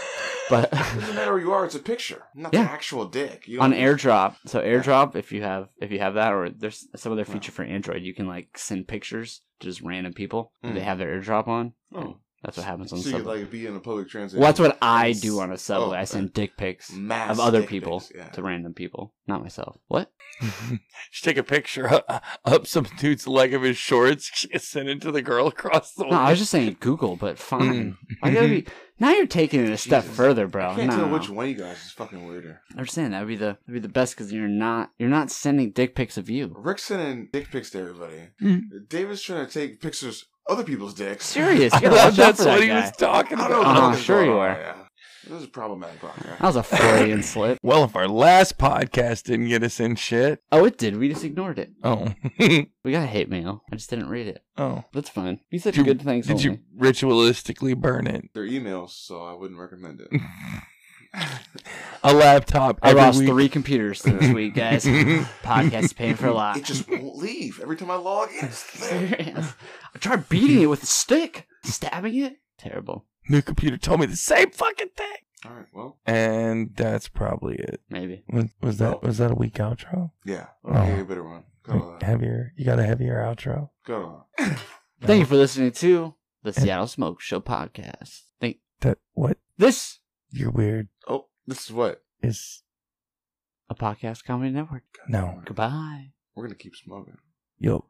[SPEAKER 3] But
[SPEAKER 2] It doesn't matter where you are. It's a picture, not
[SPEAKER 3] Yeah.
[SPEAKER 2] the actual dick. You
[SPEAKER 3] on
[SPEAKER 2] don't-
[SPEAKER 3] AirDrop, so AirDrop, if you have if you have that, or there's some other feature for Android, you can like send pictures to just random people. that They
[SPEAKER 2] Mm.
[SPEAKER 3] have their AirDrop on. and
[SPEAKER 2] Oh.
[SPEAKER 3] That's what happens
[SPEAKER 2] So
[SPEAKER 3] on
[SPEAKER 2] you could
[SPEAKER 3] subway.
[SPEAKER 2] like be in a public transit.
[SPEAKER 3] well, that's what I do on a subway.
[SPEAKER 2] Oh,
[SPEAKER 3] I send dick pics
[SPEAKER 2] Mass
[SPEAKER 3] of other
[SPEAKER 2] dick
[SPEAKER 3] people
[SPEAKER 2] pics, yeah.
[SPEAKER 3] to random people, not myself. What?
[SPEAKER 1] Just take a picture up, up some dude's leg of his shorts, send it to the girl across the
[SPEAKER 2] Oh,
[SPEAKER 1] Mm.
[SPEAKER 3] No, I was just saying Google, but fine. I gotta be. Now you're taking it a step
[SPEAKER 2] Mm. Jesus.
[SPEAKER 3] further,
[SPEAKER 2] I
[SPEAKER 3] bro.
[SPEAKER 2] can't
[SPEAKER 3] no,
[SPEAKER 2] tell which one of you guys is fucking weirder.
[SPEAKER 3] I'm just saying that would be the that'd be the best because you're not you're not sending dick pics of you.
[SPEAKER 2] Rick's sending dick pics to everybody.
[SPEAKER 1] Mm.
[SPEAKER 2] David's trying to take pictures of other people's dicks.
[SPEAKER 3] Serious?
[SPEAKER 1] I
[SPEAKER 3] You gotta watch
[SPEAKER 1] thought
[SPEAKER 3] out
[SPEAKER 1] that's
[SPEAKER 3] for that
[SPEAKER 1] what he
[SPEAKER 3] guy.
[SPEAKER 1] was talking
[SPEAKER 2] I don't
[SPEAKER 1] about.
[SPEAKER 2] know. what the
[SPEAKER 3] Uh-huh,
[SPEAKER 2] fuck is
[SPEAKER 3] sure
[SPEAKER 2] going
[SPEAKER 3] you
[SPEAKER 2] on
[SPEAKER 3] are. Uh-huh.
[SPEAKER 2] right now. This is a problematic podcast.
[SPEAKER 3] That was a Freudian slip.
[SPEAKER 1] Well, if our last podcast didn't get us in shit.
[SPEAKER 3] Oh, it did. We just ignored it.
[SPEAKER 1] Oh.
[SPEAKER 3] We got hate mail. I just didn't read it.
[SPEAKER 1] oh.
[SPEAKER 3] That's fine. You said
[SPEAKER 1] Did you-
[SPEAKER 3] good things.
[SPEAKER 1] Did you
[SPEAKER 3] only.
[SPEAKER 1] ritualistically burn it?
[SPEAKER 2] They're emails, so I wouldn't recommend it.
[SPEAKER 1] A laptop.
[SPEAKER 3] I
[SPEAKER 1] every
[SPEAKER 3] lost
[SPEAKER 1] week.
[SPEAKER 3] three computers this week, guys. Podcast is paying for a lot.
[SPEAKER 2] It just won't leave. Every time I log in, it's there.
[SPEAKER 3] Serious. I tried beating it with a stick, stabbing it. Terrible.
[SPEAKER 1] New computer told me the same fucking thing.
[SPEAKER 2] All right, well,
[SPEAKER 1] And that's probably it.
[SPEAKER 3] Maybe.
[SPEAKER 1] Was, was that
[SPEAKER 2] Oh.
[SPEAKER 1] was that a weak outro?
[SPEAKER 2] yeah.
[SPEAKER 1] Oh.
[SPEAKER 2] Okay, you better run. Go on.
[SPEAKER 1] Heavier. You got a heavier outro.
[SPEAKER 2] Go on.
[SPEAKER 3] Thank you for listening to the Seattle Smoke Show podcast. Thank
[SPEAKER 1] That what?
[SPEAKER 3] this
[SPEAKER 1] You're weird.
[SPEAKER 2] Oh, this is what?
[SPEAKER 1] Is
[SPEAKER 3] a podcast comedy network.
[SPEAKER 1] no.
[SPEAKER 3] Goodbye.
[SPEAKER 2] We're going to keep smoking.
[SPEAKER 1] Yo.